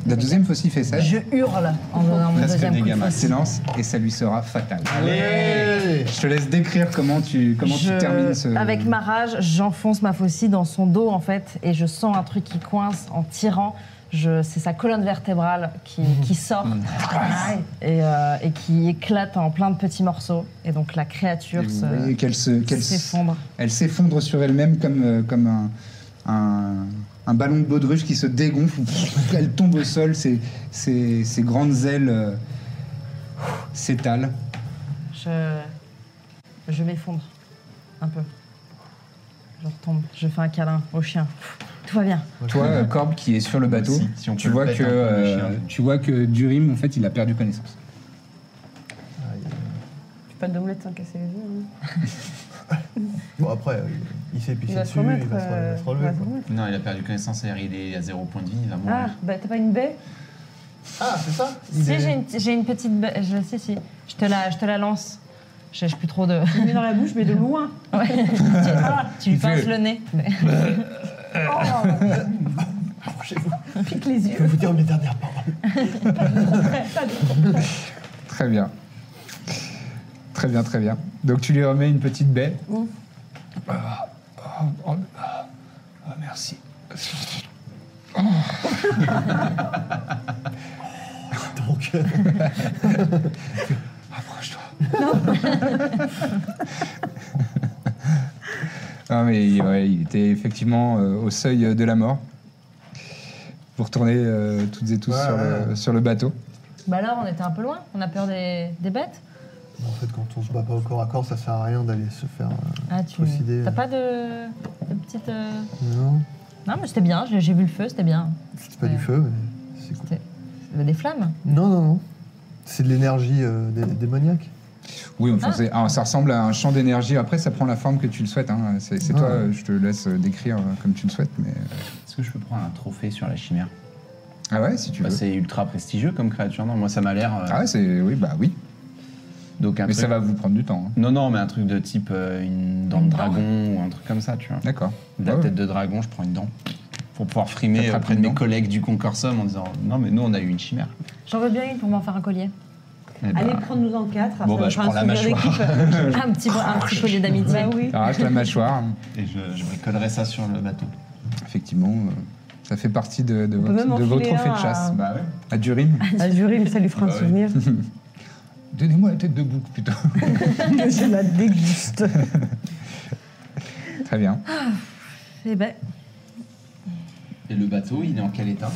A: La deuxième faucille fait 16.
D: Je hurle en donnant mon
H: Presque
D: deuxième coup
H: dégâts
D: de
H: max.
D: faucille.
A: Silence, et ça lui sera fatal.
B: Allez
A: Je te laisse décrire comment tu, comment tu
D: Je-
A: termines ce.
D: Avec ma rage, j'enfonce ma faucille dans son dos en fait et je sens un truc qui coince en tirant. Je- C'est sa colonne vertébrale qui,
A: Mhm.
D: qui sort et, euh, et qui éclate en plein de petits morceaux. Et donc la créature
A: Et vous
D: se-
A: voyez qu'elle se- qu'elle se-
D: s'effondre.
A: Elle s'effondre sur elle-même comme, euh, comme un, un- un ballon de baudruche qui se dégonfle. Elle tombe au sol, ses, ses- ses grandes ailes euh, s'étalent.
D: Je, je m'effondre un peu. Je retombe, je fais un câlin au chien. Tout va bien.
A: Toi, euh, Corbe, qui est sur le bateau,
G: Si- si on peut
A: tu,
G: le
A: vois
G: mettre
A: que,
G: un peu, le
A: euh,
G: chien.
A: tu vois que Durim, en fait, il a perdu connaissance.
E: Fais pas de omelette sans casser les yeux. hein.
B: Bon, après, euh, il s'est
E: Il
B: pissé
E: va se
B: dessus,
E: remettre.
B: il va se re- il
E: euh,
B: va se relever.
E: il va se
B: quoi.
E: remettre.
C: Non, il a perdu connaissance, c'est-à-dire il est à zéro point de vie, il va mourir.
E: Ah, bah t'as pas une baie
B: Ah, c'est ça Il
D: Si
B: est-
D: j'ai une, j'ai une petite, ba- je, si si, je te la, je te la lance. Je j'ai plus trop de.
E: Il met dans la bouche, mais de loin.
D: Ouais. tu, ah, tu lui pinces le nez.
B: Approchez-vous.
E: Pique les
B: Je
E: yeux.
B: vais vous dire mes dernières paroles.
A: Très bien. Très bien, très bien. Donc tu lui remets une petite baie. Ah, ah, ah, ah, ah, merci. Oh.
B: Donc, euh,
A: Approche-toi. Non, mais ouais, il était effectivement euh, au seuil de la mort. Vous retournez euh, toutes et tous
B: Ouais,
A: sur, Le,
B: ouais.
A: sur le bateau.
D: Bah alors, on était un peu loin. On a peur des, des bêtes.
B: en fait, quand on se bat pas au corps à corps, ça sert à rien d'aller se faire. euh,
D: Ah tu.
B: Trucidé.
D: T'as pas de, de petite. euh,
B: Non,
D: Non mais c'était bien. J'ai j'ai vu le feu, c'était bien.
B: c'est pas
D: Ouais.
B: du feu, mais c'est cool.
D: C'était des flammes.
B: Non, non, non. C'est de l'énergie euh, dé- démoniaque.
A: Oui, enfin,
D: Ah.
A: c'est- ah, ça ressemble à un champ d'énergie. Après, ça prend la forme que tu le souhaites. hein. C'est c'est
H: Ah.
B: Ouais.
A: toi, euh, je te laisse euh, décrire euh, comme tu le souhaites. Mais...
H: Est-ce que je peux prendre un trophée sur la chimère
A: Ah ouais, si tu
H: Bah,
A: veux.
H: C'est ultra prestigieux comme créature, non Moi, ça m'a l'air. euh,
A: Ah ouais, c'est. Oui, bah oui.
H: donc un
A: mais
H: truc-
A: ça va vous prendre du temps. hein.
H: Non, non, mais un truc de type euh, une dent
D: Une
H: de
D: dent.
H: dragon ou un truc comme ça, tu vois.
A: D'accord.
H: De la
A: Ah Ouais,
H: tête de dragon, je prends une dent pour pouvoir frimer euh,
A: T'attrapes
H: auprès de
A: une
H: mes
A: dent.
H: collègues du Concorsum en disant non mais nous on a eu une chimère.
D: J'en veux bien une pour m'en faire un collier.
H: Eh
C: Bah.
H: ben,
F: Allez, prends-nous en quatre.
H: Bon,
F: ça
H: bah,
F: nous
H: je
F: fera un
H: prends la
F: souvenir
H: mâchoire.
F: d'équipe.
D: Un petit, un petit collier d'amitié.
F: Bah oui.
A: Arrache la mâchoire.
C: Et je, je bricolerai ça sur le bateau.
A: Effectivement, euh, ça fait partie de, de
F: peut même
A: votre, de
F: en
A: votre
F: filer
A: trophée
F: un
A: de chasse.
F: à-
A: Bah ouais. À Durim.
F: Ah, Durim, ça lui fera un
C: Bah oui.
F: souvenir.
A: Donnez-moi la tête de bouc plutôt.
F: Je la déguste.
A: Très bien.
D: Eh ben,
C: Et le bateau, il est en quel état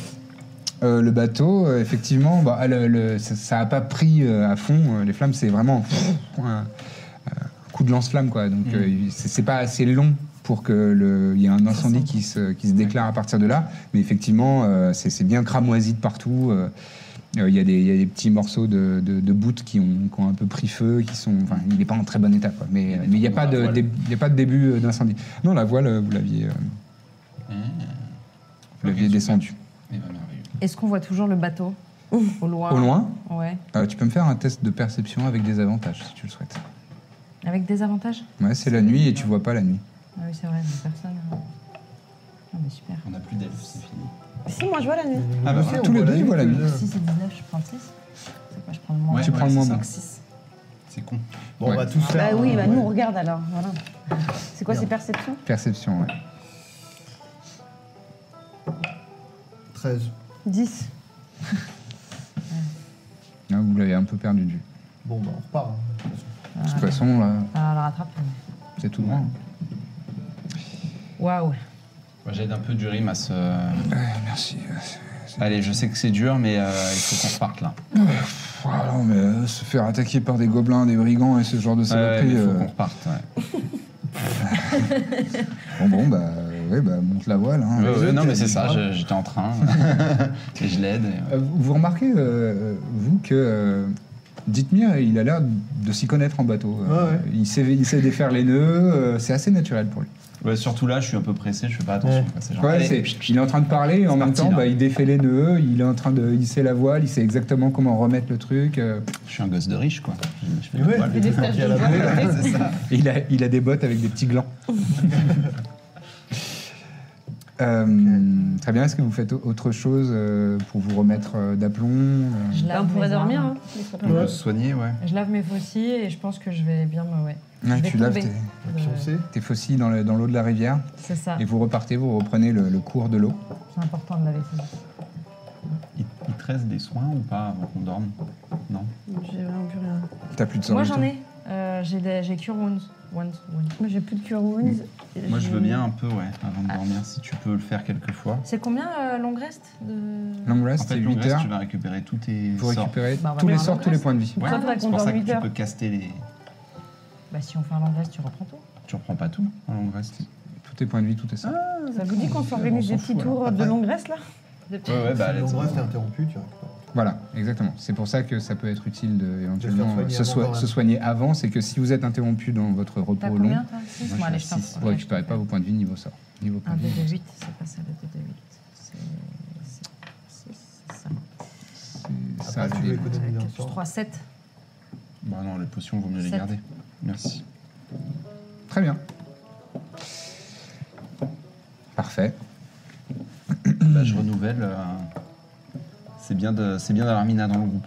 A: Euh, le bateau, euh, effectivement, bah, ah, le- le- ça- ça n'a pas pris euh, à fond. euh, Les flammes, c'est vraiment un, un coup de lance-flamme, quoi. Donc,
C: Mm.
A: euh, il- c'est c'est pas assez long pour que le- il y ait un incendie qui se, qui se déclare à partir de là. Mais effectivement, euh, c'est c'est bien cramoisi de partout. euh, euh, Il y, a des- il y a des petits morceaux de, de, de boot qui ont, qui ont un peu pris feu, qui sont. Enfin, il n'est pas en très bon état, quoi. Mais euh, mais il n'y a, pas
C: dans la
A: de
C: voile.
A: dé- il y a pas de début euh, d'incendie. Non, la voile, euh, vous l'aviez euh,
C: Ah.
A: vous l'aviez
C: Ok, super.
A: descendue.
C: Eh ben, merveilleux.
D: est-ce qu'on voit toujours le bateau au loin
A: Au loin,
D: Ouais.
A: Euh, tu peux me faire un test de perception avec des avantages si tu le souhaites.
D: Avec des avantages
A: Ouais, c'est la nuit et tu vois pas la nuit.
D: Ah oui, c'est vrai, il y a personne. hein. Ah, mais super.
C: On n'a plus d'elfes, c'est fini.
E: Si, moi je vois la nuit.
B: Nous
C: Ah, bah,
B: aussi,
C: voilà.
B: on
A: Tous les
B: voit
A: deux,
B: la nuit,
A: voilà,
B: tous
A: nous. hein.
B: les deux.
D: 6 et 19, je prends 6. C'est quoi, je prends le moins
C: Ouais,
A: tu
C: ouais,
A: prends le
C: c'est
A: moins
C: ça.
A: bon.
D: 6.
C: C'est con.
B: Bon, on va
A: Ouais.
B: tous faire.
E: Bah oui,
B: euh,
E: bah nous on
B: ouais.
E: regarde alors. Voilà. C'est quoi
B: Bien.
E: ces perceptions
A: Perception, ouais.
E: bah.
B: 13.
E: 10.
A: Là, vous l'avez un peu perdu de vue.
B: Bon, bah on repart. hein.
A: De toute façon, là,
D: Ah, on le rattrape.
A: c'est tout droit.
D: Waouh.
H: moi, J'aide un peu Durim à se.
A: Merci.
H: Allez, je sais que c'est dur, mais euh, il faut qu'on reparte là.
A: non, mais euh, se faire attaquer par des gobelins, des brigands et ce genre de
H: Ouais, ouais, mais
A: saloperies.
H: il faut
A: euh,
H: qu'on reparte. ouais.
A: Bon, bon, bah, euh, ouais, bah, monte la voile. hein.
H: Ouais, ouais,
B: autres,
H: non,
B: t'as
H: mais
B: dit
H: c'est ça,
B: quoi
H: je- j'étais en train. euh, et je l'aide. et,
A: Euh, vous vous remarquez, euh, vous, que euh, Dithmir, il a l'air de s'y connaître en bateau. Euh,
B: Ouais, ouais.
A: Il, sait, il sait défaire les nœuds, euh, c'est assez naturel pour lui.
H: euh, ouais, surtout là, je suis un peu pressé, je fais pas attention.
B: Ouais.
H: quoi, c'est genre,
A: Ouais,
H: allez,
A: c'est- il est en train de parler et en
H: C'est
A: même
H: parti,
A: temps,
H: là.
A: bah, il défait les nœuds, il est en train de hisser la voile, il sait exactement comment remettre le truc. euh,
H: je suis un gosse de riche, quoi. Je, je fais
B: Mais ouais,
H: la voile.
B: des stages de voile.
H: Ouais, c'est ça.
A: et il, a, il a des bottes avec des petits glands. Euh, très bien, est-ce que vous faites au- autre chose euh, pour vous remettre euh, d'aplomb euh,
D: Je
E: Bah,
D: lave
E: on pourrait
D: mes
E: dormir.
D: armes.
E: Hein. mais ils sont pas
H: On peut
E: mal.
H: se soigner, ouais.
D: Je lave mes faucilles et je pense que je vais bien me. Ouais.
A: ouais,
D: je vais
A: Tu laves
D: tomber.
A: tes,
B: Et puis on
D: Euh,
B: sait.
A: tes faucilles dans le- dans l'eau de la rivière
D: C'est ça.
A: et vous repartez, vous reprenez le, le cours de l'eau.
D: C'est important de laver ses
G: maîtresse des soins ou pas avant qu'on dorme Non
E: J'ai vraiment plus rien.
A: T'as plus de hein.
D: Moi
A: du
D: j'en
A: tout.
D: ai. Euh, j'ai des- j'ai Cure Wounds. Wounds, wounds.
E: Moi, j'ai plus de cure wounds.
G: Moi, je
E: J'ai-
G: veux bien un peu, ouais, avant de dormir, si tu peux le faire quelques fois.
D: C'est combien euh, long rest de...
A: Long
G: En
A: rest,
G: fait,
A: c'est
G: long
A: 8
G: rest,
A: heures
G: tu vas récupérer tous tes
A: pour
G: sorts.
A: récupérer
D: Bah, on va
A: tous les
D: faire un
A: sorts,
D: long
A: tous les
D: rest.
A: points de vie.
G: Ouais,
E: Pourquoi faudrait
G: c'est
E: qu'on
G: pour ça
E: dorme
G: que
E: huit
G: tu
E: heures
G: peux caster les...
D: Bah si on fait un long rest, tu reprends tout.
G: Tu reprends pas tout,
H: hein,
G: un long rest.
A: Tous tes points de vie, tout est ça.
E: Ça vous dit qu'on s'organise
G: On s'en
E: des petits
G: fout, alors,
E: tours de
G: après.
E: longue reste là
D: Des
G: Ouais, ouais, bah, let's
B: Donc,
G: go.
B: bref, t'es interrompu, tu récupères.
A: Voilà, exactement. C'est pour ça que ça peut être utile de, éventuellement
B: soigner
A: euh, se,
B: avant
A: soi-
B: quand même.
A: se soigner avant. C'est que si vous êtes interrompu dans votre
D: T'as
A: repos long,
D: combien toi Six
G: Moi,
D: Bon,
G: je
D: allez,
G: suis
D: je
G: à
D: t'en-
G: six.
D: ouais,
A: vous
D: je
A: récupérez
D: t'en-
A: pas vos points de vie niveau sort. Niveau points
D: Un
A: de vie,
D: dé
E: Mmh.
D: de 8, c'est pas ça le dé de 8. C'est 6, ça.
A: c'est ça.
B: Après, tu
A: le
B: veux
A: dé.
B: économiser un
D: Plus
B: sort.
D: 3, 7.
G: Bah non, les potions, vaut mieux les
D: Sept.
G: garder. Merci.
A: Très bien. Parfait.
G: Bah, je renouvelle. euh, C'est bien de- c'est bien d'avoir Mina dans le groupe.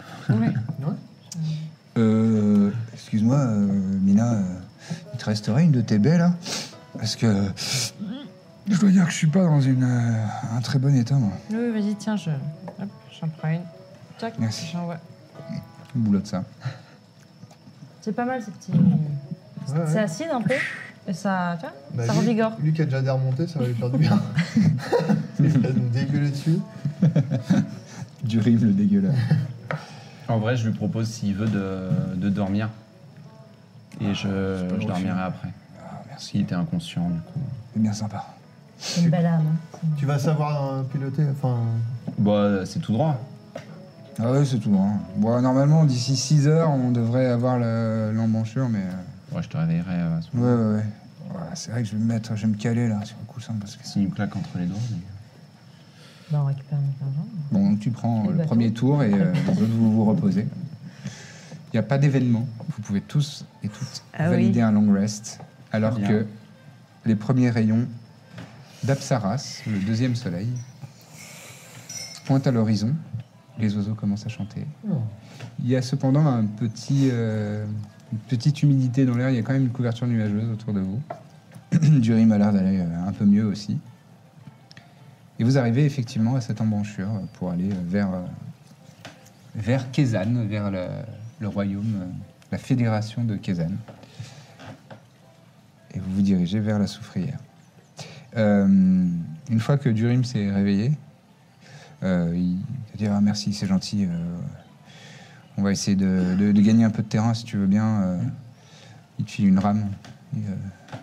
I: Euh, excuse-moi, euh, Mina, euh, il te resterait une de tes baies là Parce que euh, je dois dire que je suis pas dans une, euh, un très bon état, moi.
D: Oui, vas-y, tiens, je... hop, j'en prends une. Tac,
I: Merci.
D: j'envoie.
A: On boulotte ça.
D: C'est pas mal ces petits.
B: Ouais,
D: C'est
B: ouais.
D: acide un peu. Et ça, tu vois,
B: Bah,
D: ça
B: lui-
D: revigore.
B: Lui qui a déjà des remontées, ça va lui faire du bien. Il va nous dégueuler dessus.
A: Du rive le dégueulasse.
G: En vrai, je lui propose s'il veut de, de dormir. Et je, je dormirai après. Ah, Merci. Il était inconscient, du coup.
A: Eh
I: C'est bien sympa.
F: C'est une belle âme.
B: Tu vas savoir euh, piloter, enfin.
G: Bah, c'est tout droit.
I: Ah ouais, c'est tout. Hein. Bon, normalement, d'ici 6 heures, on devrait avoir le- l'embouchure, mais. euh,
G: Ouais, je te réveillerai euh, à ce
I: ouais,
G: moment-là.
I: ouais, ouais. Ouais, c'est vrai que je vais me mettre, je vais me caler là sur le coussin parce que.
G: S'il nous claque entre les doigts. mais-
F: Bah, on récupère notre argent.
A: Bon, donc tu prends
F: Et
A: euh, le
F: bateau.
A: premier tour et euh, les autres, vous vous reposez. Il n'y a pas d'événement. Vous pouvez tous et toutes
D: Ah
A: valider
D: oui.
A: un long rest, alors
G: Bien.
A: que les premiers rayons d'Apsaras, le deuxième soleil, pointent à l'horizon. Les oiseaux commencent à chanter. Il y a cependant un petit, euh, une petite humidité dans l'air. Il y a quand même une couverture nuageuse autour de vous. Durim a l'air d'aller euh, un peu mieux aussi. Et vous arrivez effectivement à cette embouchure euh, pour aller euh, vers, euh, vers Kézanne, vers le, le royaume, euh, la fédération de Kézanne. Et vous vous dirigez vers la soufrière. Euh, une fois que Durim s'est réveillé, euh, il va dire Ah, merci, c'est gentil. euh, on va essayer de, de- de gagner un peu de terrain si tu veux bien. euh, Il te file une rame. Et, euh,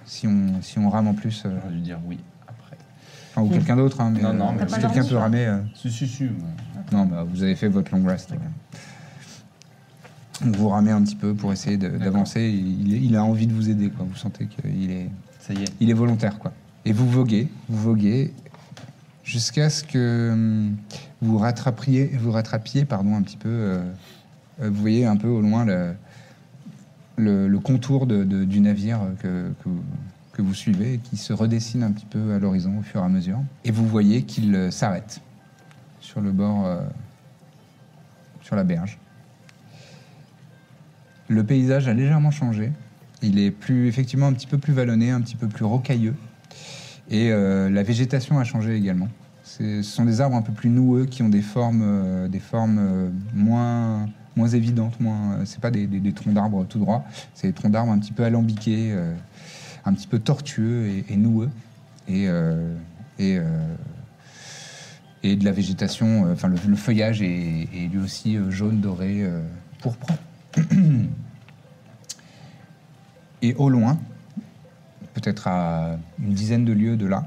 A: si, on, si on rame en plus, euh,
G: J'aurais dû dire oui après.
A: Enfin, ou quelqu'un d'autre, hein, mais,
G: Hmm. Non, non,
A: euh,
G: mais
A: si
G: oui.
A: quelqu'un peut ramer. euh,
G: Si, si, si. ouais.
A: Non, bah, vous avez fait votre long rest. Donc, vous ramez un petit peu pour essayer de- d'avancer. Il, est- il a envie de vous aider, quoi. Vous sentez qu'il est,
G: Ça y est.
A: il est volontaire, quoi. Et vous voguez, vous voguez, jusqu'à ce que hum, vous rattrapiez, vous rattrapiez, pardon, un petit peu. euh, euh, vous voyez un peu au loin le, le, le contour de- de- du navire que, que, vous- que vous suivez, et qui se redessine un petit peu à l'horizon au fur et à mesure. Et vous voyez qu'il euh, s'arrête sur le bord, euh, sur la berge. Le paysage a légèrement changé. Il est plus, effectivement un petit peu plus vallonné, un petit peu plus rocailleux. Et euh, la végétation a changé également. C'est- Ce sont des arbres un peu plus noueux qui ont des formes, euh, des formes euh, moins, moins évidentes. Moins, euh, c'est pas des, des- des troncs d'arbres tout droit. C'est des troncs d'arbres un petit peu alambiqués, euh, un petit peu tortueux et, et noueux. Et, euh, et, euh, et de la végétation, euh, enfin le, le feuillage est, est lui aussi euh, jaune, doré, euh, pourpre. Et au loin, peut-être à une dizaine de lieues de là,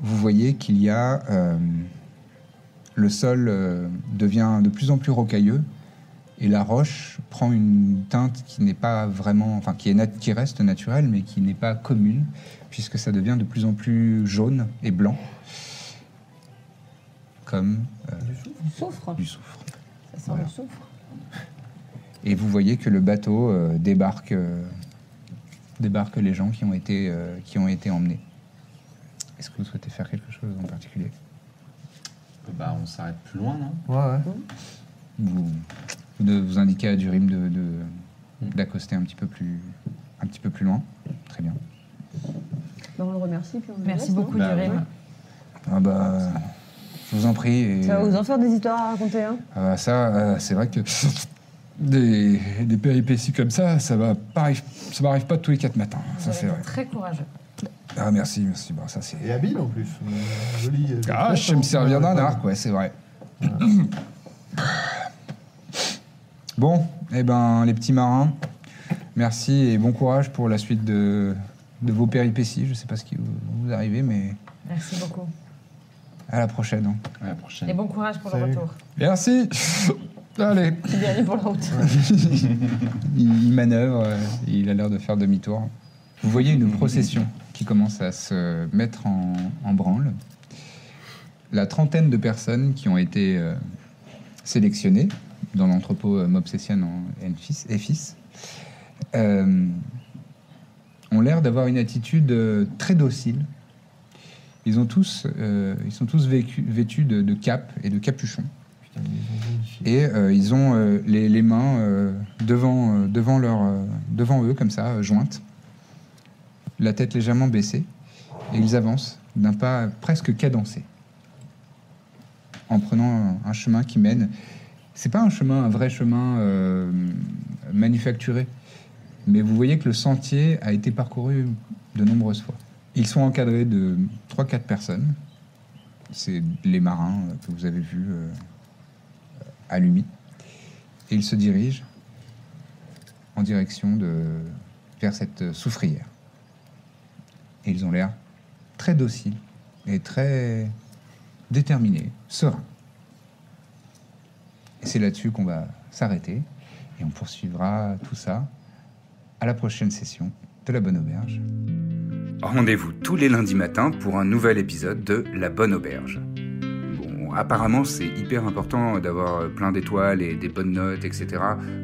A: vous voyez qu'il y a. euh, le sol euh, devient de plus en plus rocailleux et la roche prend une teinte qui n'est pas vraiment. Enfin, qui, est nat- qui reste naturelle, mais qui n'est pas commune, puisque ça devient de plus en plus jaune et blanc. Comme euh,
E: Soufre.
A: du soufre.
E: Ça sent le soufre.
A: Et vous voyez que le bateau euh, débarque, euh, débarque les gens qui ont été, euh, qui ont été emmenés. Est-ce que vous souhaitez faire quelque chose en particulier
G: Bah, on s'arrête plus loin, non
B: Ouais, ouais.
A: vous, vous de vous indiquer à Durim de, de- d'accoster un petit peu plus un petit peu plus loin. Très bien.
E: Bah, on le remercie. Puis on le
D: Merci
E: laisse, non
D: beaucoup,
G: Bah,
D: Durim.
G: ouais.
I: Ah bah, euh,
A: Je vous en prie. et-
J: Ça va vous en faire des histoires à raconter, hein
A: Ah bah ça, euh, c'est vrai que des, des péripéties comme ça, ça va pas arrive- ça m'arrive pas tous les quatre matins. Ça c'est vrai.
D: Très courageux.
A: Ah merci, merci. Bon, ça c'est.
B: Et habile en plus. Euh, Joli. euh,
A: Ah, je sais me servir d'un arc, ouais, c'est vrai. Bon, eh ben, les petits marins, merci et bon courage pour la suite de, de vos péripéties. Je sais pas ce qui vous, vous arrivez, mais
D: Merci beaucoup.
A: Mmh. à la prochaine. hein.
C: À la prochaine.
D: Et bon courage pour le
A: Salut.
D: retour.
A: Merci. Allez.
D: Bienvenue pour la route.
A: il, il manœuvre, euh, il a l'air de faire demi-tour. Vous voyez une procession qui commence à se mettre en, en branle. La trentaine de personnes qui ont été euh, sélectionnées dans l'entrepôt euh, Mobsession en Enfis, Efis, euh, ont l'air d'avoir une attitude euh, très docile. Ils, ont tous, euh, ils sont tous vécu- vêtus de, de capes et de capuchons. Et euh, ils ont euh, les, les mains euh, devant, euh, devant, leur, euh, devant eux, comme ça, euh, jointes, la tête légèrement baissée, et ils avancent d'un pas presque cadencé, en prenant un chemin qui mène. C'est pas un chemin, un vrai chemin euh, manufacturé, mais vous voyez que le sentier a été parcouru de nombreuses fois. Ils sont encadrés de 3-4 personnes. C'est les marins euh, que vous avez vus. euh, à Lumi. Et il se dirige en direction de vers cette soufrière. Et ils ont l'air très dociles et très déterminés, sereins. Et c'est là-dessus qu'on va s'arrêter et on poursuivra tout ça à la prochaine session de la Bonne Auberge.
K: Rendez-vous tous les lundis matins pour un nouvel épisode de La Bonne Auberge. Bon, apparemment, c'est hyper important d'avoir euh, plein d'étoiles et des bonnes notes, etc.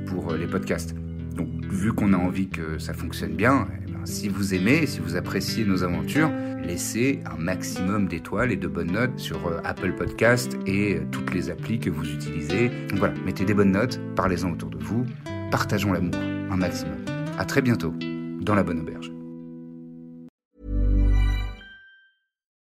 K: pour euh, les podcasts. Donc, vu qu'on a envie que ça fonctionne bien, eh ben, si vous aimez, si vous appréciez nos aventures, laissez un maximum d'étoiles et de bonnes notes sur euh, Apple Podcast et euh, toutes les applis que vous utilisez. Donc voilà, mettez des bonnes notes, parlez-en autour de vous, partageons l'amour un maximum. À très bientôt dans La Bonne Auberge.